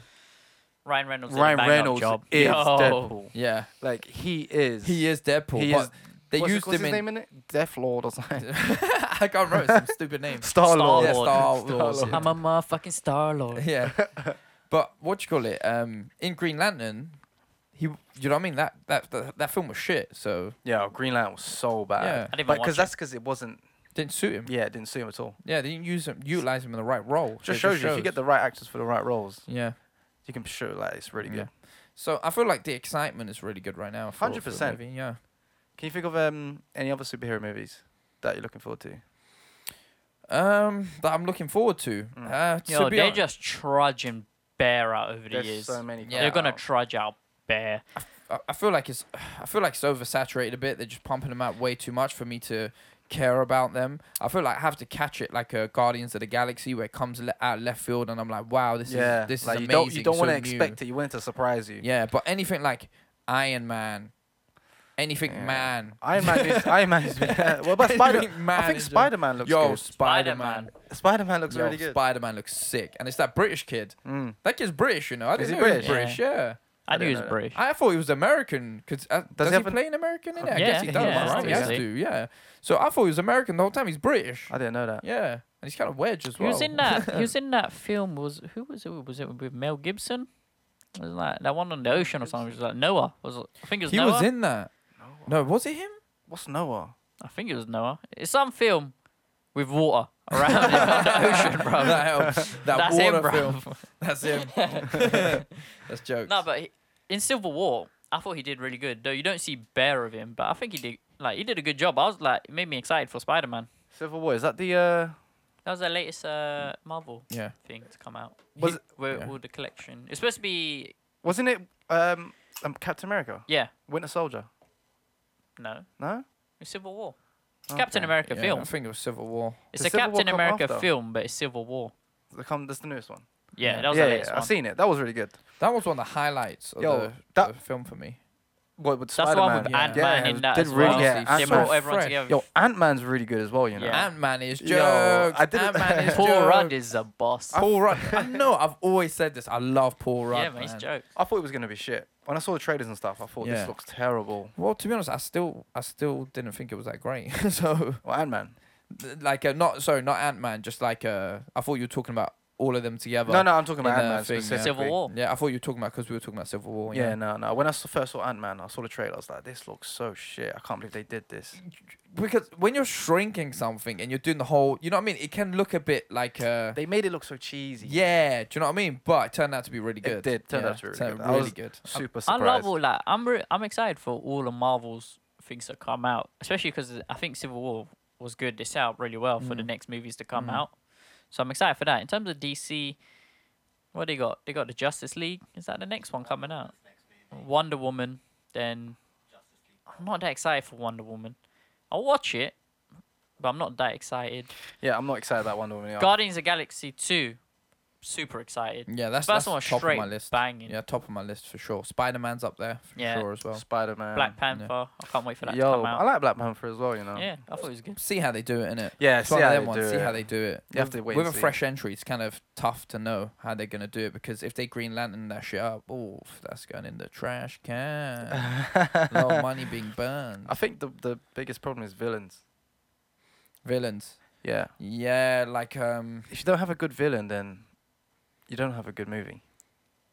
Speaker 3: Ryan Reynolds.
Speaker 1: Ryan
Speaker 3: did a bang-up
Speaker 1: Reynolds
Speaker 3: job.
Speaker 1: is
Speaker 3: Yo.
Speaker 1: Deadpool.
Speaker 2: Yeah.
Speaker 1: Like he is.
Speaker 2: He is Deadpool.
Speaker 1: He
Speaker 2: but
Speaker 1: is-
Speaker 2: They
Speaker 1: what's it-
Speaker 2: used
Speaker 1: what's
Speaker 2: him
Speaker 1: his
Speaker 2: in.
Speaker 1: name in it? Death Lord or something.
Speaker 2: I can't remember some stupid name.
Speaker 1: Star Lord.
Speaker 3: Star-Lord.
Speaker 2: Yeah,
Speaker 3: Lord.
Speaker 2: Star Wars. yeah.
Speaker 3: I'm a motherfucking star lord.
Speaker 2: Yeah. but what do you call it? Um, in Green Lantern, He, you know what I mean? That that that, that film was shit. So
Speaker 1: Yeah, Green Lantern was so bad.
Speaker 2: Yeah. I
Speaker 3: didn't even
Speaker 1: But-
Speaker 3: watch it.
Speaker 1: that's because it wasn't.
Speaker 2: didn't suit him. Yeah,
Speaker 1: Yeah, it didn't suit him at all.
Speaker 2: they didn't use him, utilize him in the right role. so
Speaker 1: Just
Speaker 2: it
Speaker 1: shows you if you
Speaker 2: shows.
Speaker 1: get the right actors for the right roles,
Speaker 2: yeah.
Speaker 1: you can show like it's really good.
Speaker 2: Yeah. So I feel like the excitement is really good right now. for- for the
Speaker 1: 100%.
Speaker 2: movie, Yeah.
Speaker 1: Can you think of um, any other superhero movies that you're looking forward to?
Speaker 2: Um, that I'm looking forward to.
Speaker 1: Mm.
Speaker 2: Uh, to
Speaker 3: Yo,
Speaker 2: be
Speaker 3: they're
Speaker 2: hon-
Speaker 3: just trudging bear out over the
Speaker 1: There's
Speaker 3: years.
Speaker 1: so many
Speaker 3: They're
Speaker 2: coming
Speaker 3: gonna
Speaker 1: out.
Speaker 3: trudge out bear.
Speaker 2: I, I feel like it's I feel like it's oversaturated a bit. They're just pumping them out way too much for me to care about them. I feel like I have to catch it like a Guardians of the Galaxy where it comes le- out of left field and I'm like, wow, this
Speaker 1: yeah,
Speaker 2: is this
Speaker 1: like
Speaker 2: is
Speaker 1: you
Speaker 2: amazing.
Speaker 1: don't you don't
Speaker 2: so
Speaker 1: want to
Speaker 2: new.
Speaker 1: expect it. You want it to surprise you.
Speaker 2: Yeah, but anything like Iron Man, anything man.
Speaker 1: Iron Man. Is, Iron Man. Is, what about Spider?
Speaker 2: Anything
Speaker 1: I think
Speaker 2: is a-
Speaker 1: Spider Man looks
Speaker 2: Yo,
Speaker 1: good.
Speaker 2: Spider Man.
Speaker 1: Spider Man looks
Speaker 2: Yo,
Speaker 1: really good.
Speaker 2: Spider Man looks sick, and it's that British kid.
Speaker 1: Mm.
Speaker 2: That kid's British, you know. I
Speaker 1: Is
Speaker 2: didn't
Speaker 1: he
Speaker 2: know he was
Speaker 3: British?
Speaker 2: British. Yeah,
Speaker 3: I, knew
Speaker 1: didn't
Speaker 3: he was
Speaker 1: know that.
Speaker 3: British.
Speaker 2: I thought he was American. Cause uh, does,
Speaker 1: he
Speaker 2: he,
Speaker 1: have a-
Speaker 2: play an American in it? I
Speaker 3: Yeah,
Speaker 2: guess he
Speaker 3: he
Speaker 2: does.
Speaker 3: has,
Speaker 2: right? He has
Speaker 3: obviously.
Speaker 2: to. Yeah. So I thought he was American the whole time. He's British.
Speaker 1: I didn't know that.
Speaker 2: Yeah, and he's kind of wedge as
Speaker 3: He
Speaker 2: well.
Speaker 3: was in that. He was in that film. Was who was it? Was it with Mel Gibson? Wasn't that that one on the ocean or something? It was like Noah. Was it- I think it was
Speaker 2: He
Speaker 3: Noah.
Speaker 2: was in that. No, was it him?
Speaker 1: What's Noah?
Speaker 3: I think it was Noah. It's some film with water around it on the ocean, bro.
Speaker 2: that helps. That
Speaker 3: That's
Speaker 2: water
Speaker 3: him, bro.
Speaker 2: film. That's him. That's jokes.
Speaker 3: No, but he, in Civil War, I thought he did really good. Though you don't see bear of him, but I think he did like he did a good job. I was like, it made me excited for Spider Man.
Speaker 1: Civil War. Is that the? Uh,
Speaker 3: That was the latest uh, Marvel
Speaker 2: Yeah.
Speaker 3: thing to come out.
Speaker 1: Was
Speaker 3: He-
Speaker 1: it-
Speaker 3: with
Speaker 2: yeah.
Speaker 3: all the collection? It's supposed to be
Speaker 1: wasn't it? Um, um, Captain America.
Speaker 3: yeah.
Speaker 1: Winter Soldier.
Speaker 3: No,
Speaker 1: No.
Speaker 3: it's Civil War. It's Captain America
Speaker 2: Yeah, I
Speaker 3: film.
Speaker 2: think it was Civil War.
Speaker 3: It's
Speaker 1: Did
Speaker 3: a
Speaker 1: Civil War
Speaker 3: Captain
Speaker 1: come
Speaker 3: America
Speaker 1: after?
Speaker 3: film, but it's Civil War.
Speaker 1: The come. That's the newest one.
Speaker 3: Yeah, that was
Speaker 1: yeah,
Speaker 3: the
Speaker 1: yeah,
Speaker 3: latest
Speaker 1: yeah,
Speaker 3: one.
Speaker 1: I've seen it. That was really good.
Speaker 2: That was one of the highlights of
Speaker 1: Yo,
Speaker 2: the,
Speaker 1: that-
Speaker 2: the film for me.
Speaker 1: What with
Speaker 3: That's
Speaker 1: Spider
Speaker 3: the one
Speaker 1: Man?
Speaker 3: with
Speaker 2: Yeah.
Speaker 3: Ant Man
Speaker 1: Yeah,
Speaker 3: in that
Speaker 1: did
Speaker 3: as
Speaker 1: really-
Speaker 3: well.
Speaker 1: yeah,
Speaker 3: they
Speaker 1: Ant-Man.
Speaker 3: brought everyone
Speaker 2: Fresh.
Speaker 3: together.
Speaker 1: Yo, Ant Man's really good as well. You know.
Speaker 3: Yeah.
Speaker 2: Ant Man is
Speaker 1: Yo,
Speaker 2: jokes.
Speaker 1: I didn't-
Speaker 2: Ant Man is
Speaker 3: Paul Rudd
Speaker 2: jokes.
Speaker 3: is a boss.
Speaker 2: Paul Rudd. I know. I've always said this. I love Paul Rudd.
Speaker 3: yeah, man, he's jokes.
Speaker 1: I thought it was gonna be shit. When I saw the trailers and stuff, I thought
Speaker 2: Yeah.
Speaker 1: this looks terrible.
Speaker 2: Well, to be honest, I still, I still didn't think it was that great. so,
Speaker 1: Well, Ant Man.
Speaker 2: th- like, uh, not sorry, not Ant Man. Just like, uh, I thought you were talking about all of them together.
Speaker 1: No, no, I'm talking about Ant
Speaker 2: in the
Speaker 1: Man
Speaker 2: thing, yeah.
Speaker 1: specifically.
Speaker 3: Civil War.
Speaker 2: Yeah, I thought you were talking about because we were talking about Civil War.
Speaker 1: Yeah, no, no. When I s- first saw Ant Man, I saw the trailer. I was like, this looks so shit. I can't believe they did this.
Speaker 2: because when you're shrinking something and you're doing the whole, you know what I mean, it can look a bit like uh
Speaker 1: They made it look so cheesy.
Speaker 2: yeah, do you know what I mean? But it turned out to be really good.
Speaker 1: it did. Turned
Speaker 2: yeah,
Speaker 1: out to be really
Speaker 2: turned
Speaker 1: good.
Speaker 2: out
Speaker 1: I
Speaker 2: Really
Speaker 1: was
Speaker 2: good.
Speaker 1: Super
Speaker 3: I
Speaker 1: surprised.
Speaker 3: love all that. I'm re- I'm excited for all of Marvel's things that come out, especially because I think Civil War was good. They set up really well for
Speaker 2: Mm.
Speaker 3: the next movies to come out, so I'm excited for that. In terms of DC, what they got? They got the Justice League. Is that the next one coming out? Wonder Woman. Then I'm not that excited for Wonder Woman. I'll watch it, but I'm not that excited.
Speaker 1: Yeah, I'm not excited about Wonder Woman. either.
Speaker 3: Guardians of the Galaxy two, super excited.
Speaker 2: yeah, that's, that's
Speaker 3: First one was
Speaker 2: top
Speaker 3: straight
Speaker 2: of my list.
Speaker 3: banging.
Speaker 2: Yeah, top of my list for sure. Spider Man's up there for
Speaker 3: Yeah.
Speaker 2: sure as well.
Speaker 1: Spider Man.
Speaker 3: Black Panther. I can't wait for that to
Speaker 1: Yo,
Speaker 3: come out.
Speaker 1: I like Black Panther as well. You
Speaker 2: Um,
Speaker 1: know.
Speaker 3: yeah, I thought it was good.
Speaker 2: See how they do it, innit?
Speaker 1: Yeah,
Speaker 2: It's
Speaker 1: see
Speaker 2: one of
Speaker 1: how
Speaker 2: them
Speaker 1: they
Speaker 2: ones,
Speaker 1: do
Speaker 2: see
Speaker 1: it.
Speaker 2: how they do it.
Speaker 1: You have
Speaker 2: With-
Speaker 1: to wait
Speaker 2: With
Speaker 1: and
Speaker 2: a
Speaker 1: see.
Speaker 2: fresh entry, it's kind of tough to know how they're gonna do it because if they Green Lantern that shit up, oh, that's going in the trash can. a lot of money being burned.
Speaker 1: I think the the biggest problem is villains.
Speaker 2: Villains.
Speaker 1: Yeah.
Speaker 2: Yeah, like um.
Speaker 1: If you don't have a good villain, then you don't have a good movie.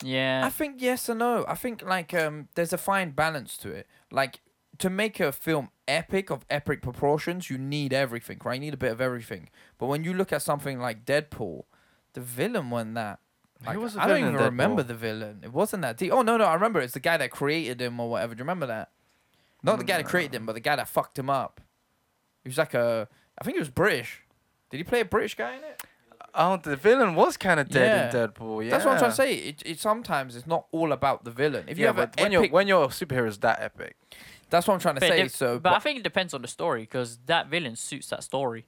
Speaker 3: Yeah.
Speaker 2: I think yes and no. I think like um, there's a fine balance to it. Like to make a film epic of epic proportions, you need everything, right? You need a bit of everything. But when you look at something like Deadpool, the villain won that.
Speaker 1: Who
Speaker 2: Like,
Speaker 1: was the
Speaker 2: I don't
Speaker 1: villain
Speaker 2: even
Speaker 1: in
Speaker 2: remember
Speaker 1: Deadpool?
Speaker 2: the villain. It wasn't that deep. Oh no, no, I remember. It's the guy that created him or whatever. Do you remember that? Not
Speaker 1: Mm,
Speaker 2: the guy that created him, but the guy that fucked him up. He was like a. I think he was British. Did he play a British guy in it?
Speaker 1: Oh, the villain was kind of dead
Speaker 2: Yeah.
Speaker 1: in Deadpool. Yeah.
Speaker 2: That's what I'm trying to say. It, it sometimes it's not all about the villain. If you
Speaker 1: yeah,
Speaker 2: have an
Speaker 1: but when your
Speaker 2: epic-
Speaker 1: when your superhero is that epic,
Speaker 2: that's what I'm trying to
Speaker 3: But it
Speaker 2: say.
Speaker 3: dep-
Speaker 2: so,
Speaker 3: but, I think it depends on the story because that villain suits that story.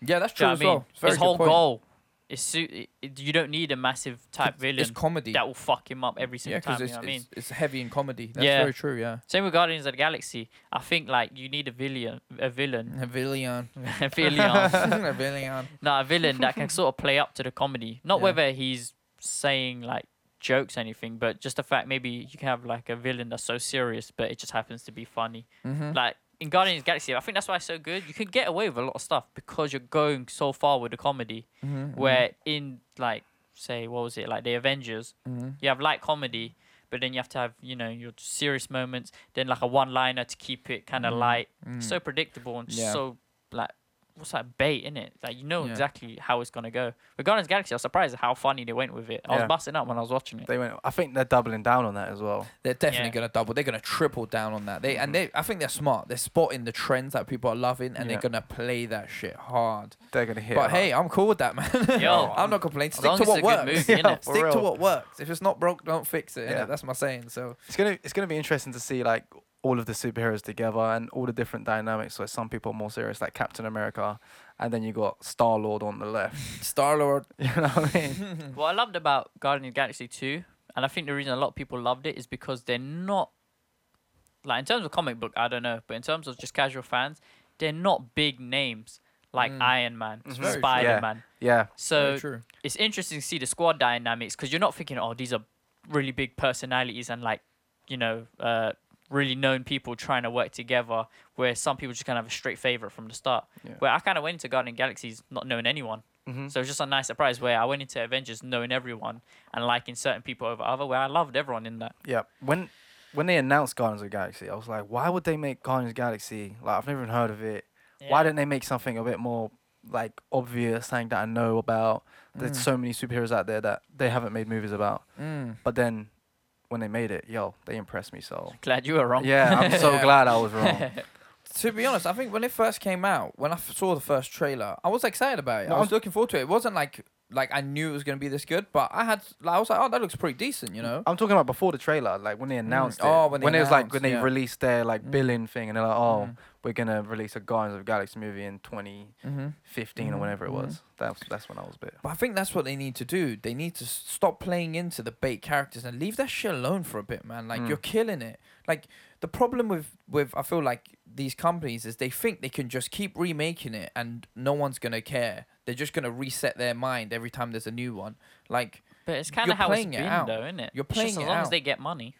Speaker 2: yeah, that's
Speaker 3: Do
Speaker 2: true
Speaker 3: you know
Speaker 2: as
Speaker 3: what I mean?
Speaker 2: well. It's a very
Speaker 3: His
Speaker 2: good
Speaker 3: whole
Speaker 2: point.
Speaker 3: goal is suit. i- i- you don't need a massive type villain.
Speaker 2: comedy.
Speaker 3: that will fuck him up every
Speaker 2: yeah,
Speaker 3: single
Speaker 2: because
Speaker 3: time. You
Speaker 2: it's,
Speaker 3: know what I mean?
Speaker 2: it's, it's heavy in comedy. That's
Speaker 3: Yeah.
Speaker 2: very true. Yeah,
Speaker 3: Same with Guardians of the Galaxy. I think like you need a villain, a villain,
Speaker 2: a villain,
Speaker 3: a villain,
Speaker 2: a villain.
Speaker 3: no, a villain that can sort of play up to the comedy. Not
Speaker 2: Yeah.
Speaker 3: whether he's saying like jokes or anything, but just the fact maybe you can have like a villain that's so serious, but it just happens to be funny.
Speaker 2: Mm-hmm.
Speaker 3: Like in Guardians of the Galaxy, I think that's why it's so good. You can get away with a lot of stuff because you're going so far with the comedy.
Speaker 2: Mm-hmm, Mm-hmm.
Speaker 3: Where in like say what was it like the Avengers, you have light comedy, but then you have to have you know your serious moments, then like a one-liner to keep it kind of light, so predictable and just
Speaker 2: Mm-hmm. Mm. Yeah.
Speaker 3: so like what's that bait in it? Like you know
Speaker 2: Yeah.
Speaker 3: exactly how it's gonna go. With Guardians of the Galaxy, I was surprised at how funny they went with it. I
Speaker 1: Yeah.
Speaker 3: was busting up when I was watching it.
Speaker 1: They went. I think they're doubling down on that as well.
Speaker 2: They're definitely
Speaker 3: Yeah. Mm-hmm.
Speaker 2: gonna double. They're gonna triple down on that. They and they. I think they're smart. They're spotting the trends that people are loving, and
Speaker 1: Yeah.
Speaker 2: they're gonna play that shit hard.
Speaker 1: They're gonna hit.
Speaker 2: but
Speaker 1: hard.
Speaker 2: hey, I'm cool with that, man.
Speaker 3: Yo,
Speaker 2: I'm not complaining. Stick
Speaker 3: long
Speaker 2: to
Speaker 3: as
Speaker 2: what
Speaker 3: it's a good
Speaker 2: works.
Speaker 3: movie, innit?
Speaker 1: For
Speaker 2: Stick to
Speaker 1: real.
Speaker 2: what works. If it's not broke, don't fix it.
Speaker 1: Yeah.
Speaker 2: Yeah. That's my saying. So
Speaker 1: it's gonna it's gonna be interesting to see like all of the superheroes together and all the different dynamics. So some people are more serious, like Captain America, and then you got Star Lord on the left.
Speaker 2: Star Lord.
Speaker 1: you know what I mean?
Speaker 3: What I loved about Guardians of the Galaxy 2, and I think the reason a lot of people loved it is because they're not like in terms of comic book, I don't know, but in terms of just casual fans, they're not big names like Iron Man,
Speaker 2: very true.
Speaker 3: Spider Man.
Speaker 1: Yeah,
Speaker 3: So
Speaker 2: true.
Speaker 3: it's interesting to see the squad dynamics because you're not thinking, oh, these are really big personalities and like, you know, uh, really known people trying to work together. Where some people just kind of have a straight favorite from the start.
Speaker 1: Yeah.
Speaker 3: Where I kind of went into Guardian Galaxies not knowing anyone,
Speaker 2: Hmm.
Speaker 1: mm-hmm.
Speaker 3: so it was just a nice surprise. Where I went into Avengers knowing everyone and liking certain people over other. Where I loved everyone in that.
Speaker 1: yeah. When when they announced Guardians of the Galaxy, I was like, why would they make Guardians of the Galaxy? Like I've never even heard of it. Why
Speaker 3: Yeah.
Speaker 1: didn't they make something a bit more like obvious, something that I know about? There's
Speaker 2: Mm.
Speaker 1: so many superheroes out there that they haven't made movies about. But then when they made it, yo, they impressed me so.
Speaker 3: Glad you were wrong.
Speaker 1: Yeah, I'm so glad I was wrong.
Speaker 2: To be honest, I think when it first came out, when I f- saw the first trailer, I was excited about it. I was looking forward to it. It wasn't like like I knew it was gonna be this good, but I had like, I was like, oh, that looks pretty decent, you know.
Speaker 1: I'm talking about before the trailer, like when they announced it.
Speaker 2: Oh, when they
Speaker 1: it was like when
Speaker 2: announced,
Speaker 1: they
Speaker 2: yeah. Mm.
Speaker 1: released their like billing thing, and they're like, "Oh, we're gonna release a Guardians of the Galaxy movie in 2015 or
Speaker 2: Mm.
Speaker 1: whenever it was." That's that's when I was a bit.
Speaker 2: Mm-hmm. But I think that's what they need to do. They need to s- stop playing into the bait characters and leave that shit alone for a bit, man.
Speaker 1: Hmm.
Speaker 2: Like you're killing it. Like the problem with with I feel like these companies is they think they can just keep remaking it and no one's gonna care. They're just gonna reset their mind every time there's a new one. Like
Speaker 3: But it's kind
Speaker 2: You're
Speaker 3: of how it's
Speaker 2: playing it
Speaker 3: been,
Speaker 2: out.
Speaker 3: though, isn't it?
Speaker 2: You're
Speaker 3: It's just
Speaker 2: playing
Speaker 3: as
Speaker 2: it
Speaker 3: long as
Speaker 2: out.
Speaker 3: they get money.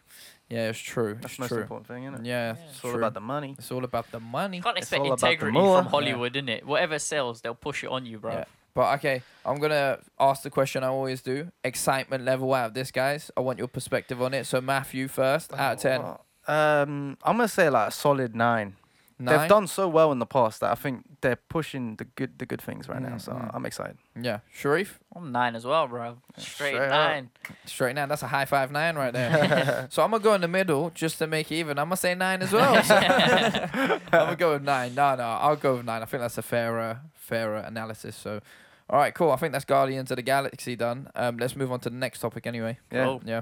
Speaker 2: yeah, it's true.
Speaker 1: That's
Speaker 2: it's
Speaker 1: the most
Speaker 2: true.
Speaker 1: important thing, isn't it?
Speaker 2: Yeah,
Speaker 1: It's all about the money.
Speaker 2: It's all about the money.
Speaker 3: You can't expect
Speaker 1: all about the
Speaker 3: integrity
Speaker 1: moor.
Speaker 3: from Hollywood, innit? Whatever sells, they'll push it on you, bro.
Speaker 2: Yeah. But okay, I'm gonna ask the question I always do: excitement level out of this, guys. I want your perspective on it. So Matthew first, out of ten.
Speaker 1: Um, I'm gonna say like a solid 9
Speaker 2: Nine?
Speaker 1: They've done so well in the past that I think they're pushing the good the good things right now.
Speaker 2: Mm,
Speaker 1: So I'm excited.
Speaker 2: Yeah, Sharif.
Speaker 3: I'm nine as well, bro. Straight,
Speaker 1: straight up.
Speaker 3: nine.
Speaker 2: Straight nine. That's a high five nine right there. so I'm gonna go in the middle just to make it even. I'm gonna say nine as well. So- I'm gonna go with nine. No, no, I'll go with nine. I think that's a fairer, fairer analysis. So, all right, cool. I think that's Guardians of the Galaxy done. Um, let's move on to the next topic anyway.
Speaker 1: Yeah.
Speaker 3: Oh.
Speaker 2: Yeah.